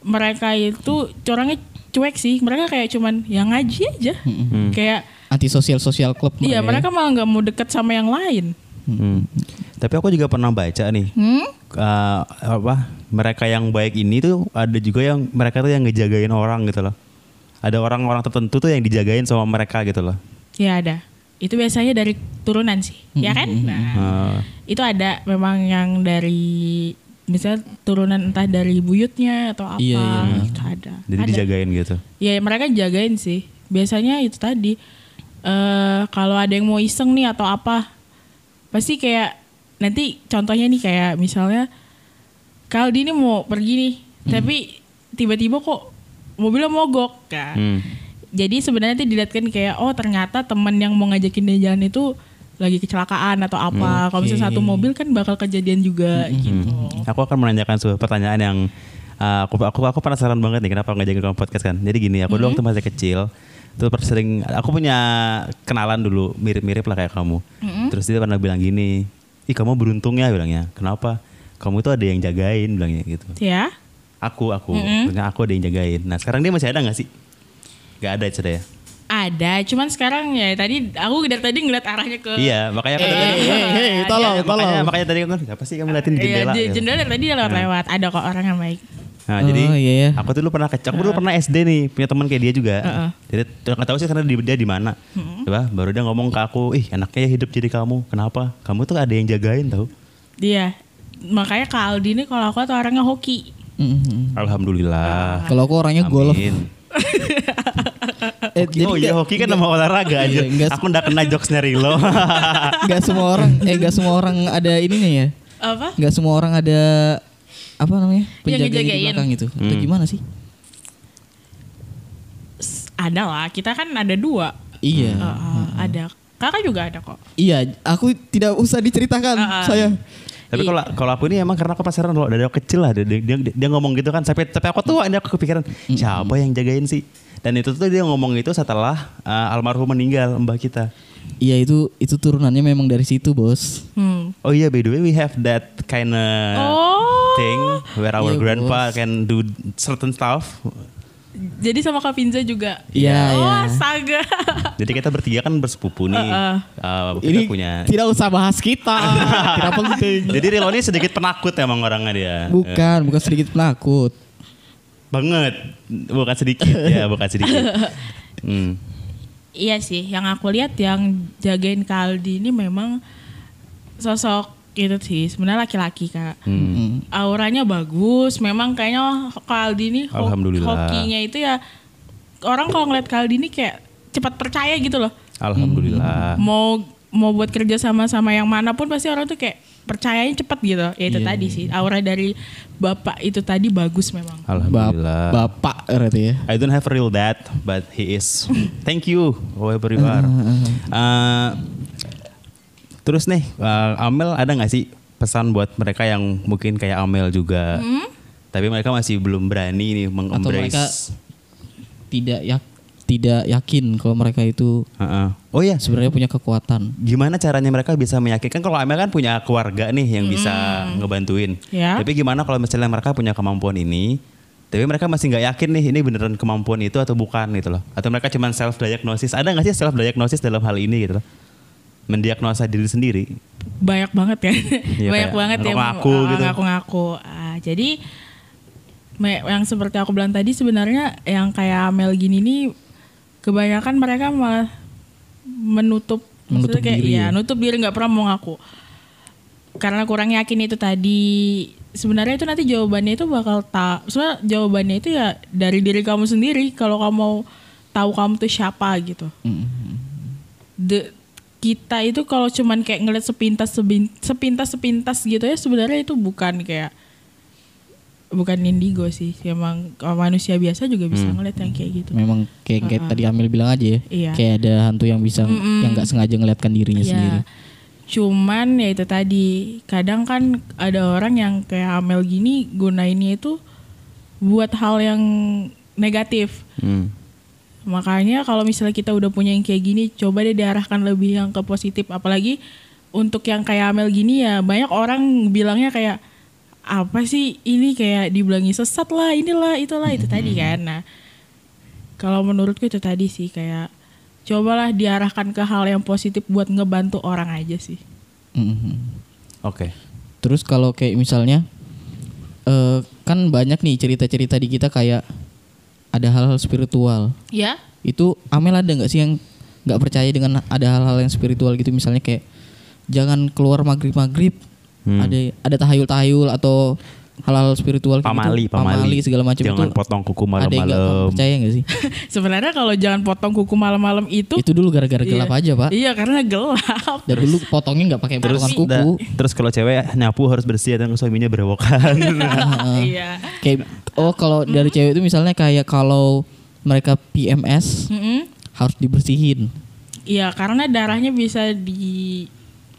mereka itu orangnya cuek sih mereka kayak cuman yang ngaji aja Hmm. kayak Anti sosial-sosial club ya. Iya, mereka malah nggak mau deket sama yang lain. Hmm. Tapi aku juga pernah baca nih. Hmm? eh, apa mereka yang baik ini tuh ada juga yang mereka tuh yang ngejagain orang gitu loh. Ada orang-orang tertentu tuh yang dijagain sama mereka gitu loh. Ya ada. Itu biasanya dari turunan sih, Hmm, ya kan? Nah, Eh, itu ada memang yang dari misalnya turunan entah dari buyutnya atau apa, Iya, iya. itu ada. jadi ada. dijagain gitu. Ya mereka jagain sih. Biasanya itu tadi eh kalau ada yang mau iseng nih atau apa, pasti kayak nanti contohnya nih kayak misalnya Kaldi ini mau pergi nih, Hmm. tapi tiba-tiba kok mobilnya mogok kan. Hmm. Jadi sebenarnya nanti dilihatkan kayak oh ternyata teman yang mau ngajakin dia jalan itu lagi kecelakaan atau apa. Hmm, Kalau misalnya satu mobil kan bakal kejadian juga gitu. Aku akan menanyakan sebuah pertanyaan yang uh, aku aku aku penasaran banget nih kenapa ngajakin kamu podcast kan. Jadi gini, aku dulu waktu masih kecil tuh sering aku punya kenalan dulu mirip-mirip lah kayak kamu. Terus dia pernah bilang gini, "Ih, kamu beruntung ya," bilangnya. "Kenapa? Kamu itu ada yang jagain," bilangnya gitu. Ya. Aku aku, ternyata aku ada yang jagain. Nah, sekarang dia masih ada nggak sih? Gak ada cerai ya? Eh. Ada, cuman sekarang ya tadi aku dari tadi ngeliat arahnya ke Iya, makanya aku tadi Hei, hei, hei, tolong, makanya, tolong. makanya tadi aku kan apa sih kamu liatin di Eh. Iya, jendela? Hmm. di- gitu. jendela dari tadi lewat-lewat. Ada kok orang yang baik. Oh, Nah, jadi iya ya. aku tuh dulu pernah kecak, aku dulu pernah SD nih, punya teman kayak dia juga. Jadi tuh nggak tahu sih karena dia, dia di mana. Coba baru dia ngomong ke aku, "Ih, enaknya ya hidup jadi kamu. Kenapa? Kamu tuh ada yang jagain tahu." Dia Iya. makanya Kak Aldi ini kalau aku tuh orangnya hoki. Mm-mm. Hmm, Alhamdulillah. Kalau aku orangnya golf. Amin. Eh, oh jadi iya, hoki kan nama olahraga aja. Iya, nggak- aku udah kena jokesnya Rilo. iya. nggak semua orang eh nggak semua orang ada ininya ya. Apa? Nggak semua orang ada apa namanya? Yang penjaganya di ngejagain. belakang gitu. Atau Hmm. gimana sih? S- Ada lah. Kita kan ada dua. Iya. Ah, Uh, ada. Kakak juga ada kok. Iya, aku tidak usah diceritakan Ah, ah. saya. Iya. tapi kalau kalau aku ini emang karena aku penasaran loh dari aku kecil lah dia, dia, dia- dia ngomong gitu kan sampai tapi aku tua ini aku kepikiran siapa yang jagain sih dan itu tuh dia ngomong itu setelah eh, almarhum meninggal mbah kita Iya itu itu turunannya memang dari situ, Bos. Hmm. Oh iya, by the way, we have that kind of Oh. thing where our Iya, grandpa can do certain stuff. Jadi sama Kak Pinza juga. Iya, Oh, iya. astaga. Jadi kita bertiga kan bersepupu nih. Heeh. Eh, kita Ini punya. tidak usah bahas kita. tidak penting. Jadi Rilo ini sedikit penakut emang orangnya dia. Eh, Bukan, bukan sedikit penakut. Banget. Bukan sedikit ya, bukan sedikit. Hmm. iya sih, yang aku lihat yang jagain Kak Aldi ini memang sosok itu sih. Sebenarnya laki-laki, Kak. Hmm. Mm. auranya bagus. Memang kayaknya Kaldi ini ho- Alhamdulillah. hokinya itu ya orang kalau ngeliat Kaldi ini kayak cepat percaya gitu loh. Ah. Alhamdulillah. Mau mau buat kerja sama sama yang manapun pasti orang tuh kayak percayanya cepat gitu. Ya Iya, itu tadi sih aura dari bapak itu tadi bagus memang. Bap- Alhamdulillah. bapak berarti ya. I don't have a real dad, but he is. Thank you, whoever you are. uh, Uh, terus nih, uh, Amel ada nggak sih pesan buat mereka yang mungkin kayak Amel juga, tapi mereka masih belum berani nih Hmm? Atau mereka mengembrace. tidak yak tidak yakin kalau mereka itu Heeh. Oh ya, sebenarnya punya kekuatan. gimana caranya mereka bisa meyakinkan kalau Amel kan punya keluarga nih yang bisa ngebantuin. Ya. Tapi gimana kalau misalnya mereka punya kemampuan ini, tapi mereka masih nggak yakin nih ini beneran kemampuan itu atau bukan gitu loh. Atau mereka cuma self diagnosis. Ada nggak sih self diagnosis dalam hal ini gitu loh? Mendiagnosa diri sendiri. Banyak banget ya. Banyak Iya, kayak banget ya ngaku-ngaku ah, gitu. ngaku-ngaku. Ah, jadi me- yang seperti aku bilang tadi sebenarnya yang kayak Mel gini nih kebanyakan mereka malah menutup Menutup maksudnya kayak, diri iya, ya. nutup diri nggak pernah mau ngaku. Karena kurang yakin itu tadi. Sebenarnya itu nanti jawabannya itu bakal tak. Sebenarnya jawabannya itu ya dari diri kamu sendiri kalau kamu mau tahu kamu tuh siapa gitu. The, kita itu kalau cuman kayak ngeliat sepintas sebin- sepintas sepintas gitu ya sebenarnya itu bukan kayak bukan indigo sih emang manusia biasa juga bisa ngeliat yang kayak gitu Hmm. Memang kayak, kayak tadi Amel bilang aja ya. Iya. Kayak ada hantu yang bisa yang nggak sengaja ngeliatkan dirinya Iya. sendiri. Cuman ya itu tadi, kadang kan ada orang yang kayak Amel gini gunainnya itu buat hal yang negatif. Makanya kalau misalnya kita udah punya yang kayak gini, coba deh diarahkan lebih yang ke positif. Apalagi untuk yang kayak Amel gini ya banyak orang bilangnya kayak apa sih ini kayak dibilangi sesat lah, inilah, itulah, itu tadi Mm-hmm. kan. Nah, kalau menurutku itu tadi sih kayak cobalah diarahkan ke hal yang positif buat ngebantu orang aja sih. Mm-mm. Oke. Mm-hmm. Terus kalau kayak misalnya eh kan banyak nih cerita-cerita di kita kayak ada hal-hal spiritual. Ya? Itu Amel ada nggak sih yang nggak percaya dengan ada hal-hal yang spiritual gitu misalnya Hmm. kayak jangan keluar maghrib maghrib ada ada tahayul-tahayul atau hal-hal spiritual kayak pamali, gitu, pamali, segala macam itu Jangan potong kuku ada yang nggak malam-malam. percaya nggak sih Sebenarnya kalau jangan potong kuku malam-malam itu, itu dulu gara-gara gelap aja pak iya karena gelap. dan dulu potongnya nggak pakai potongan Da- kuku terus kalau cewek nyapu harus bersih dan suaminya berewokan. iya. kayak oh Hmm. kalau dari cewek itu misalnya kayak kalau mereka PMS Mm-mm. harus dibersihin Iya karena darahnya bisa di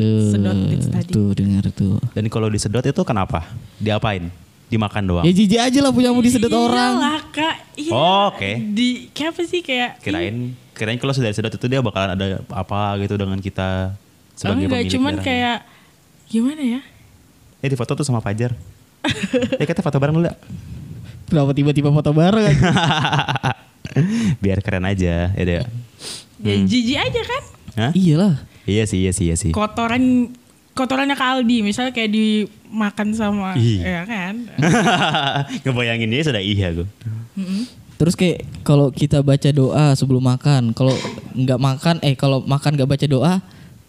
Eh, Sedot itu tadi. tuh dengar tuh dan kalau disedot itu kenapa? Diapain? Dimakan doang. ya jijik aja lah punyamu disedot orang Iyalah, kak. Iya. Oh, oke. Di kayak apa sih kayak? Kirain kirain kalau sudah disedot itu dia bakalan ada apa gitu dengan kita sebagai enggak, pemilik cuman darahnya. kayak gimana ya? Eh di foto tuh sama Fajar. eh kita foto bareng dulu. ya. Kenapa tiba-tiba foto bareng? Biar keren aja, ya deh. Ya jijik aja kan? Hah? iyalah Iya sih, iya sih, Hmm. iya sih. Kotoran kotorannya ke Aldi misalnya kayak dimakan sama Ih. ya kan? Ngebayangin dia sudah iya gue. terus kayak kalau kita baca doa sebelum makan kalau nggak makan eh kalau makan nggak baca doa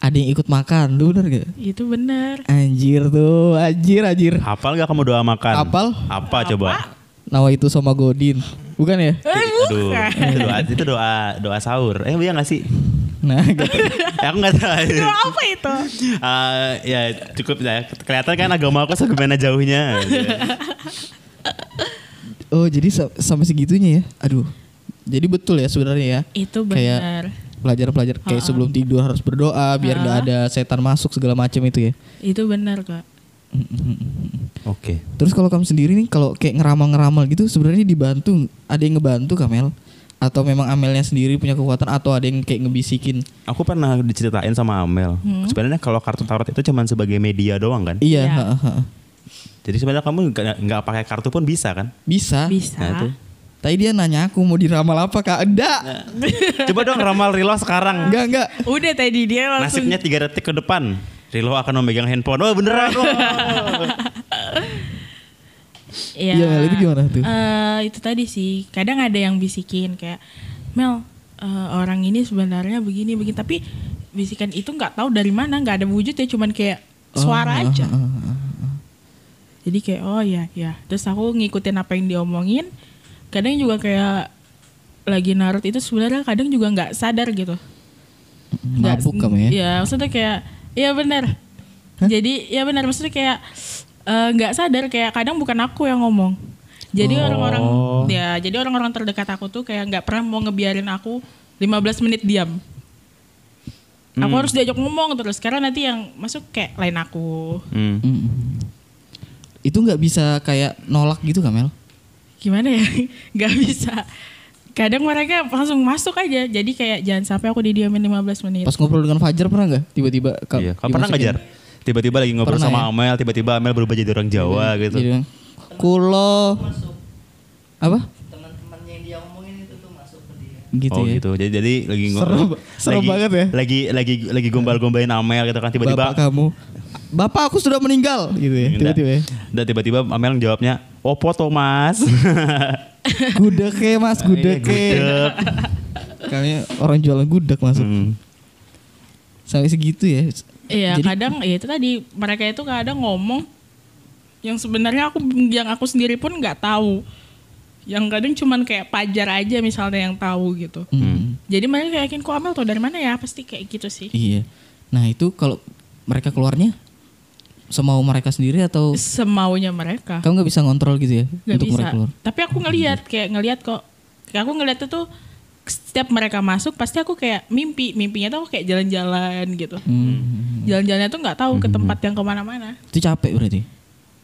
ada yang ikut makan lu bener gak Itu benar. anjir tuh anjir anjir Hafal gak kamu doa makan? Hafal. Apa coba? nawa itu sama Godin bukan ya Eh, Aduh, itu doa, itu doa doa sahur. Eh, iya gak sih? nah gitu. Eh, aku gak tahu. apa itu? Eh, ya cukup ya. Kelihatan kan agama aku segimana jauhnya. oh jadi sa- sampai segitunya ya aduh jadi betul ya sebenarnya ya Itu Kayak- benar. pelajar-pelajar kayak sebelum tidur harus berdoa biar nggak ada setan masuk segala macam itu ya Itu benar, Kak. Oke. terus kalau kamu sendiri nih kalau kayak ngeramal-ngeramal gitu sebenarnya dibantu ada yang ngebantu Kamel atau memang Amelnya sendiri punya kekuatan atau ada yang kayak ngebisikin Aku pernah diceritain sama Amel. Hmm. Sebenarnya kalau kartu tarot itu cuman sebagai media doang kan. Iya, Iya. ha, ha, ha. Jadi sebenarnya kamu nggak- nggak pakai kartu pun bisa kan? bisa. Bisa. Nah, itu. Tadi dia nanya aku mau diramal apa kak? Enggak, Coba dong ramal Rilo sekarang. enggak, enggak. Udah tadi dia langsung Nasibnya tiga detik ke depan. Rilo akan memegang handphone. Oh beneran. Wah. Iya, Iya, Mel, itu gimana tuh? Eh, itu tadi sih, kadang ada yang bisikin kayak Mel eh, orang ini sebenarnya begini begini, tapi bisikan itu nggak tahu dari mana, nggak ada wujud ya, cuman kayak Oh, ah, suara aja. Jadi kayak oh ya ya, terus aku ngikutin apa yang diomongin. Kadang juga kayak lagi narut itu sebenarnya kadang juga nggak sadar gitu. Nggak- Mabuk kamu ya? Iya, maksudnya kayak iya benar. Jadi ya benar maksudnya kayak eh, nggak sadar kayak kadang bukan aku yang ngomong. Jadi orang-orang Oh. ya jadi orang-orang terdekat aku tuh kayak nggak pernah mau ngebiarin aku 15 menit diam. Hmm. Aku harus diajak ngomong terus karena nanti yang masuk kayak lain aku. Hmm. Mm. Itu nggak bisa kayak nolak gitu Kamel? Gimana ya? nggak bisa. Kadang mereka langsung masuk aja. Jadi kayak jangan sampai aku didiamin 15 menit. Pas ngobrol dengan Fajar pernah nggak? Tiba-tiba ka- Iya. Kamu pernah dimasukin? ngajar? Tiba-tiba lagi ngobrol ya? Pernah, sama ya. Iya, Amel, tiba-tiba Amel berubah jadi orang Jawa gitu. Jadi, kulo apa? Teman-temannya yang dia omongin itu tuh masuk ke dia. Gitu oh ya. gitu. Jadi, jadi lagi ngo- Serem- serem lagi- banget ya. Lagi lagi lagi gombal-gombalin Amel gitu kan tiba-tiba. Bapak kamu. Bapak aku sudah meninggal gitu ya. Enggak. Tiba-tiba ya. Dan tiba-tiba Amel jawabnya, "Oh, foto, Mas." Gudeke mas, gudeke. Iya, Gudeg. Kami orang jualan gudeg masuk. Hmm. Sampai segitu ya. Iya Jadi- kadang ya itu tadi mereka itu kadang ngomong yang sebenarnya aku yang aku sendiri pun nggak tahu. Yang kadang cuman kayak pajar aja misalnya yang tahu gitu. Hmm. Jadi mereka kayak yakin kok Amel tau dari mana ya pasti kayak gitu sih. Iya. Nah itu kalau mereka keluarnya semau mereka sendiri atau Semaunya mereka. kamu nggak bisa ngontrol gitu ya Gak untuk bisa. mereka keluar? Tapi aku ngelihat kayak ngelihat kok. Kayak aku ngelihat itu setiap mereka masuk pasti aku kayak mimpi mimpinya tuh aku kayak jalan-jalan gitu. Hmm. Jalan-jalannya tuh nggak tahu ke Mhm. tempat yang kemana-mana Itu capek berarti.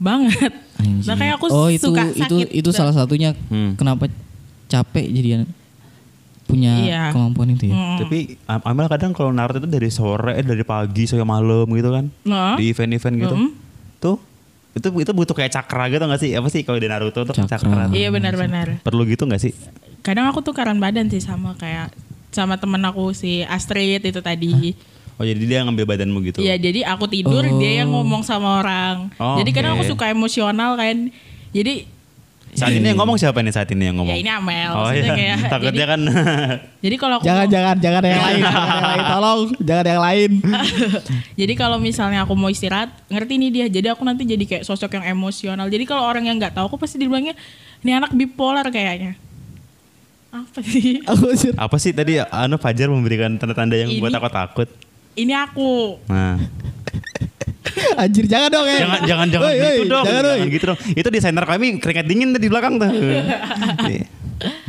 banget. Anjir. Makanya Nah, aku oh itu suka itu sakit. itu salah satunya Hmm. kenapa capek jadi an- punya Iya. kemampuan itu ya. Mm. Tapi Am- Amel kadang kalau narut itu dari sore, eh, dari pagi sampai malam gitu kan. Nah. Di event-event gitu. Tuh, itu itu butuh kayak cakra gitu gak sih? Apa sih kalau di Naruto tuh cakra. Cakra. tuh. Iya benar-benar. Perlu gitu gak sih? Kadang aku tukaran badan sih sama kayak sama temen aku si Astrid itu tadi. Oh, jadi dia ngambil badanmu gitu. Iya jadi aku tidur dia yang ngomong sama orang. Oh, jadi kadang oke. aku suka emosional kan. Jadi Saat ini yang ngomong siapa nih saat ini yang ngomong? Ya ini Amel Oh maksudnya iya, kayak- takutnya jadi- kan Jadi kalau aku Jangan mau- jangan jangan yang lain, jangan yang lain. Tolong jangan yang lain. Jadi kalau misalnya aku mau istirahat, ngerti nih dia. Jadi aku nanti jadi kayak sosok yang emosional. Jadi kalau orang yang nggak tahu, aku pasti dibilangnya, ini anak bipolar kayaknya. Apa sih? Aku anjir. apa sih tadi Anu Fajar memberikan tanda-tanda yang Ini- buat aku takut. Ini aku. Nah, Anjir jangan dong ya. jangan jangan jangan Woi, gitu woi, dong, Jangan jangan, woi. gitu dong. Itu desainer kami keringat dingin tadi di belakang tuh.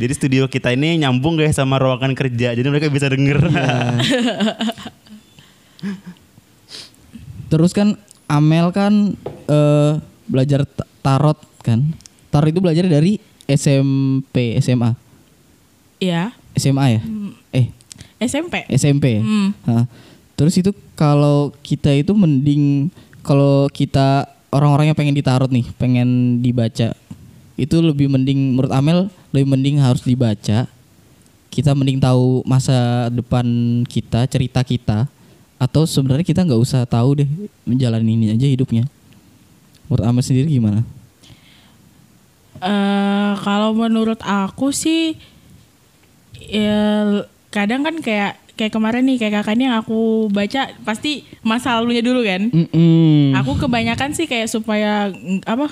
Jadi studio kita ini nyambung guys sama ruangan kerja, jadi mereka bisa denger. Iya. Terus kan Amel kan eh, belajar ta- tarot kan. Tarot itu belajar dari SMP, SMA. Ya, SMA ya? Hmm. Eh, SMP. SMP ya? Hmm. Hah. Terus itu kalau kita itu mending kalau kita orang-orang yang pengen ditarot nih, pengen dibaca. Itu lebih mending menurut Amel lebih mending harus dibaca. Kita mending tahu masa depan kita, cerita kita atau sebenarnya kita nggak usah tahu deh menjalani ini aja hidupnya. Menurut Amel sendiri gimana? eh kalau menurut aku sih ya, l- kadang kan kayak kayak kemarin nih kayak kakaknya yang aku baca pasti masa lalunya dulu kan. Hmm. Aku kebanyakan sih kayak supaya ng- apa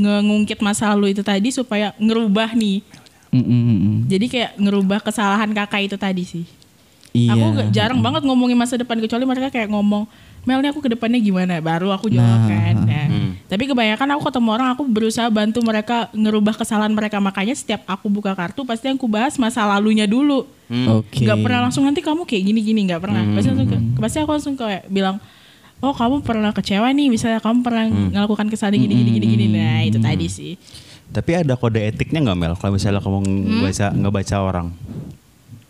ngungkit masa lalu itu tadi supaya ngerubah nih. Mm-mm. Jadi kayak ngerubah kesalahan kakak itu tadi sih. Iya. Aku nggak- jarang banget ngomongin masa depan kecuali mereka kayak ngomong Mel nih aku ke depannya gimana baru aku jawab kan. Nah, Tapi kebanyakan aku ketemu orang aku berusaha bantu mereka ngerubah kesalahan mereka makanya setiap aku buka kartu pasti yang aku bahas masa lalunya dulu. Oke. Nggak pernah langsung nanti kamu kayak gini-gini nggak pernah. Pasti langsung ke- pasti aku langsung kayak bilang Oh kamu pernah kecewa nih misalnya kamu pernah melakukan kesalahan gini gini gini gini Hmm, nah itu tadi sih Tapi ada kode etiknya nggak Mel? Kalau misalnya kamu baca nggak baca orang,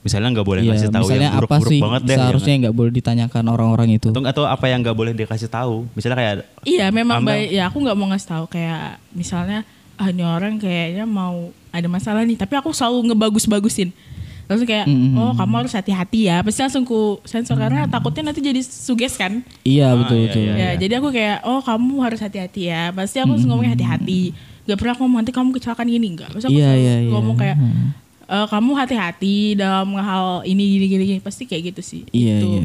misalnya nggak boleh Hmm? Iya, ngasih tahu misalnya yang apa buruk-buruk sih banget deh. gitu. seharusnya jangan. nggak boleh ditanyakan orang-orang itu? Atau, atau apa yang nggak boleh dikasih tahu? Misalnya kayak Iya memang Amel. baik. Ya aku nggak mau ngasih tahu kayak misalnya ah ini orang kayaknya mau ada masalah nih, tapi aku selalu ngebagus-bagusin. Langsung kayak Mm-hmm. oh kamu harus hati-hati ya. Pasti langsung ku sensor karena takutnya nanti jadi suges kan. Iya betul betul. iya, ya jadi aku kayak oh kamu harus hati-hati ya. Pasti aku langsung ngomongnya hati-hati. Gak pernah aku ngomong nanti kamu kecelakaan gini enggak. Pasti aku Mm-hmm. Iya, selalu iya, iya. ngomong kayak "Eh, kamu hati-hati dalam hal ini gini gini gini. Pasti kayak gitu sih. Iya, Gitu. iya.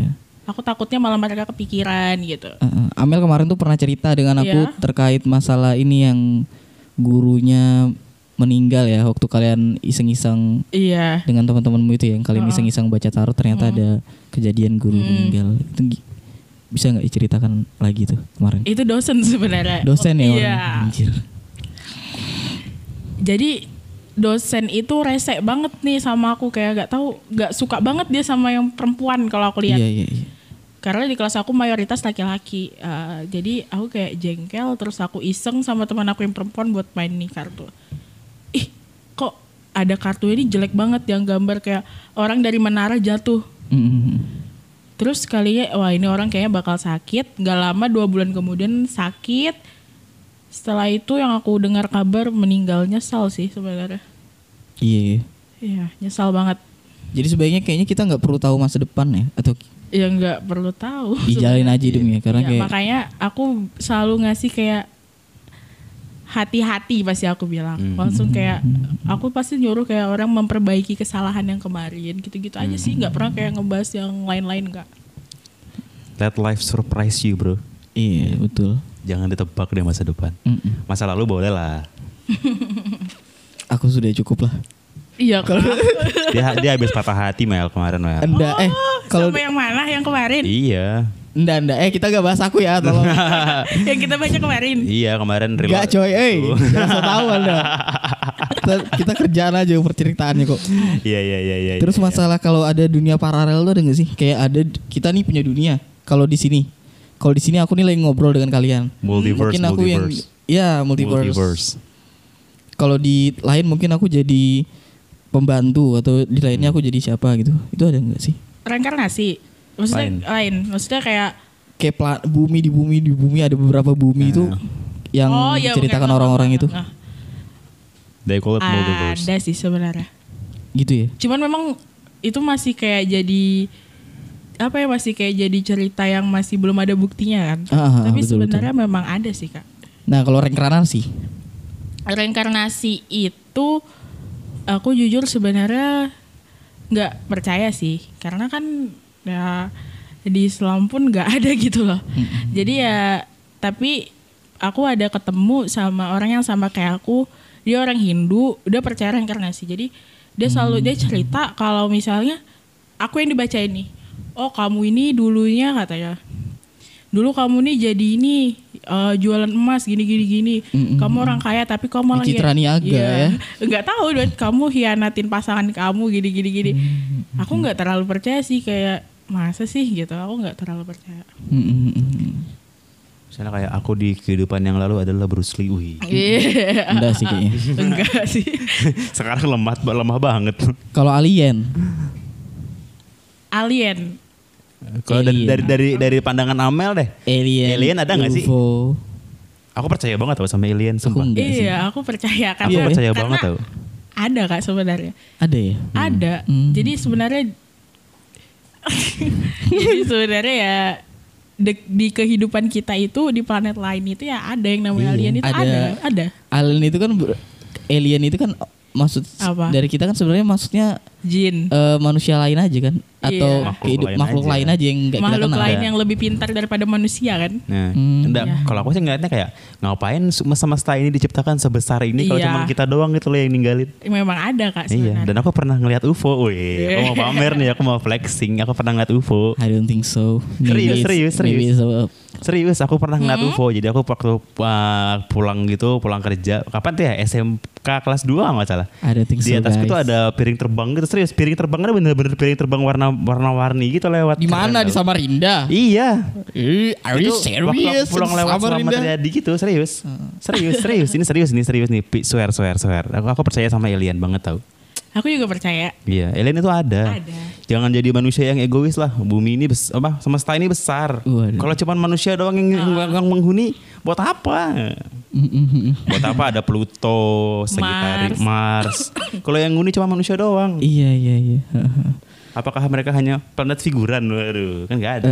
Aku takutnya malah mereka kepikiran gitu. Uh, Amel kemarin tuh pernah cerita dengan aku Iya. terkait masalah ini yang gurunya meninggal ya waktu kalian iseng-iseng Iya. dengan teman-temanmu itu ya, yang kalian iseng-iseng baca tarot ternyata ada kejadian guru Hmm. meninggal. Itu gi- bisa nggak diceritakan lagi tuh kemarin? Itu dosen sebenarnya. Dosen ya Iya. orang. Anjir. Jadi dosen itu rese banget nih sama aku kayak gak tahu gak suka banget dia sama yang perempuan kalau aku lihat. Iya iya iya. Karena di kelas aku mayoritas laki-laki. Eh, jadi aku kayak jengkel terus aku iseng sama teman aku yang perempuan buat main nih kartu. Ih, kok ada kartu ini jelek banget yang gambar kayak orang dari menara jatuh. Mm-mm. Terus kalinya wah ini orang kayaknya bakal sakit. Gak lama dua bulan kemudian sakit. Setelah itu yang aku dengar kabar meninggal nyesal sih sebenarnya. Iya. iya. Iya nyesal banget. Jadi sebaiknya kayaknya kita nggak perlu tahu masa depan ya atau Ya nggak perlu tahu. dijalin Iya, aja hidupnya karena Ya, kayak makanya aku selalu ngasih kayak hati-hati pasti aku bilang. Langsung kayak aku pasti nyuruh kayak orang memperbaiki kesalahan yang kemarin gitu-gitu aja sih. Nggak pernah kayak ngebahas yang lain-lain nggak. let life surprise you bro. iya betul. Jangan ditebak deh masa depan. Mm-mm. Masa lalu boleh lah. Aku sudah cukup lah. Iya kalau Dia dia habis patah hati Mel kemarin Mel. Anda eh Oh, kalau sama yang mana yang kemarin? Iya. Nda, nda. Eh kita gak bahas aku ya, tolong. yang kita baca kemarin. Iya kemarin Enggak coy, eh. Tuh. Jangan so tahu Anda. kita, kita kerjaan aja perceritaannya kok. Iya iya iya iya. Terus iya. masalah kalau ada dunia paralel tuh ada gak sih? Kayak ada kita nih punya dunia. Kalau di sini, kalau di sini aku nih lagi ngobrol dengan kalian. multiverse mungkin aku multiverse. yang, ya multiverse. Kalau di lain mungkin aku jadi pembantu atau di lainnya aku jadi siapa gitu. Itu ada nggak sih? Reinkarnasi. Maksudnya Lain. lain. Maksudnya kayak Kayak pla- bumi di bumi di bumi ada beberapa bumi itu Iya. yang Oh, iya, diceritakan bukan. orang-orang itu. Nah, They call it multiverse. ada sih sebenarnya. Nah. Gitu ya. Cuman memang itu masih kayak jadi apa ya masih kayak jadi cerita yang masih belum ada buktinya kan. Ah, ah, ah, Tapi betul, sebenarnya memang ada sih, Kak. Nah, kalau reinkarnasi reinkarnasi itu aku jujur sebenarnya nggak percaya sih karena kan ya di Islam pun nggak ada gitu loh jadi ya tapi aku ada ketemu sama orang yang sama kayak aku dia orang Hindu udah percaya reinkarnasi jadi dia selalu dia cerita kalau misalnya aku yang dibacain nih oh kamu ini dulunya katanya dulu kamu nih jadi ini eh, jualan emas gini gini gini kamu orang kaya tapi kamu malah Citra hian- Niaga Iya. ya. nggak tahu Dut. kamu hianatin pasangan kamu gini gini gini aku nggak terlalu percaya sih kayak masa sih gitu aku nggak terlalu percaya Misalnya kayak aku di kehidupan yang lalu adalah Bruce Lee. Wih. Iya. Enggak sih kayaknya. enggak sih Sekarang lemah lemah banget. Kalau alien, alien Kalau Alien. dari, dari dari dari pandangan Amel deh. alien, Alien ada nggak sih? UFO. Aku percaya banget tau sama alien sumpah. enggak. sih. iya aku percaya Aku karena percaya karena banget tau. ada kak sebenarnya Ada ya? ada Hmm. jadi sebenarnya jadi sebenarnya ya de- di kehidupan kita itu di planet lain itu ya ada yang Iya. namanya alien itu ada Ada. ada, Alien itu kan ber- alien itu kan maksud Apa? dari kita kan sebenarnya maksudnya jin eh, manusia lain aja kan atau Iya. Makhluk kehidup- lain makhluk aja. lain aja yang enggak kita makhluk kenal. lain Ada. yang lebih pintar daripada manusia kan Nah, Hmm. enggak, kalau aku sih ngeliatnya kayak ngapain semesta ini diciptakan sebesar ini kalau Iya. cuma kita doang gitu loh yang ninggalin. memang ada kak Iya, sebenarnya dan aku pernah ngeliat UFO. Wih, aku mau pamer nih, aku mau flexing. Aku pernah ngeliat UFO. I don't think so. Serius, it's- serius, serius. maybe it's a- Serius, aku pernah ngeliat Hmm? UFO. Jadi aku waktu uh, pulang gitu, pulang kerja. Kapan tuh ya? SMK kelas 2 nggak salah. I don't think Di so, atasku guys. tuh ada piring terbang gitu. Serius, piring terbangnya bener-bener piring terbang warna warna-warni gitu lewat. Di mana di Keren tau. Samarinda? Iya. Eh, Are you Itu waktu aku serious? Hmm. Pulang lewat Selamat Samarinda? Riyadi gitu, serius. Serius, serius. Ini serius, ini serius nih. Pi- Swear, swear, swear. Aku, aku percaya sama alien banget tau. aku juga percaya Iya, alien itu Ya. ada. Ada. Jangan jadi manusia yang egois lah. Bumi ini bes- apa semesta ini besar. Waduh. Kalau cuman manusia doang yang, yang- yang menghuni, buat apa? buat apa ada Pluto, Sagittarius, Mars. Kalau yang nguni cuma manusia doang. Iya, iya, iya. Apakah mereka hanya planet figuran? Waduh, kan nggak ada.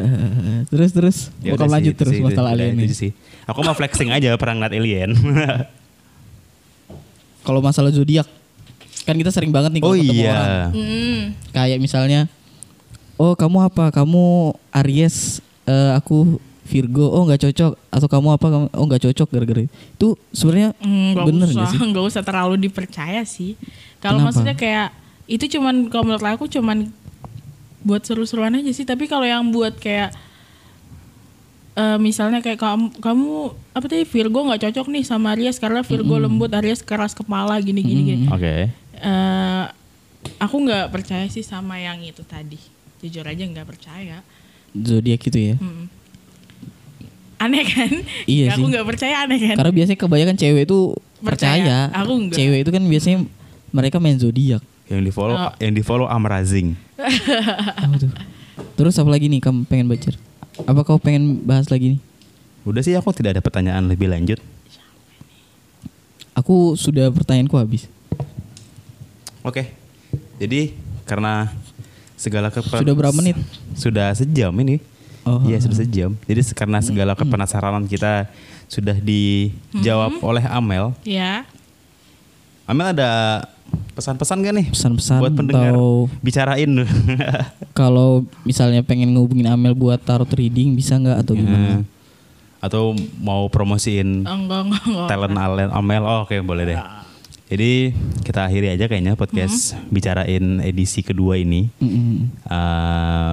terus terus Ya Eh, bakal udah lanjut sih, itu terus sih, itu- masalah udah alien itu ini. sih. Aku mau flexing aja perang ngeliat alien. Kalau masalah zodiak kan kita sering banget nih kalau oh ketemu orang. iya. Hmm. Kayak misalnya oh kamu apa? Kamu Aries, eh, aku Virgo. Oh nggak cocok atau kamu apa? Kamu- Oh nggak cocok gara-gara itu. itu sebenarnya Hmm, nggak bener usah nggak sih? nggak usah terlalu dipercaya sih kalau Kenapa? maksudnya kayak itu cuman kalau menurut aku cuman buat seru-seruan aja sih tapi kalau yang buat kayak eh, misalnya kayak kamu kamu apa tadi Virgo nggak cocok nih sama Aries karena Virgo lembut Aries keras kepala gini gini gini Oke. Eh, aku nggak percaya sih sama yang itu tadi jujur aja nggak percaya Zodiak gitu ya. Mm. aneh kan Iya aku sih. nggak percaya aneh kan Karena biasanya kebanyakan cewek itu percaya. Percaya. Aku nggak. cewek itu kan biasanya mereka main zodiak. Yang di follow yang di follow Amrazing. Apa tuh? Terus apa lagi nih kamu pengen baca? Apa kau pengen bahas lagi nih? Udah sih aku tidak ada pertanyaan lebih lanjut. Aku sudah pertanyaanku habis. Oke. Jadi karena segala ke Sudah berapa menit? Sudah sejam ini. Oh. Iya sudah sejam. Jadi se- karena segala kepenasaran kita sudah dijawab oleh Amel. ya Amel ada pesan-pesan gak nih? Pesan-pesan buat pendengar atau- bicarain. Kalau misalnya pengen ngehubungin Amel buat tarot reading bisa nggak atau gimana? Hmm. Atau mau promosiin enggak enggak, enggak. talent Alen Amel. Oh, Oke, boleh deh. Jadi kita akhiri aja kayaknya podcast bicarain edisi kedua ini. Mm-mm. Uh,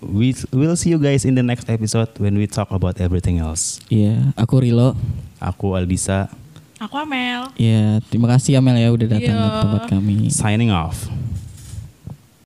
we will see you guys in the next episode when we talk about everything else. Iya, aku Rilo. Aku Aldisa Aku Amel. Ya, Iya, terima kasih Amel ya udah datang Iya. ke tempat kami. signing off.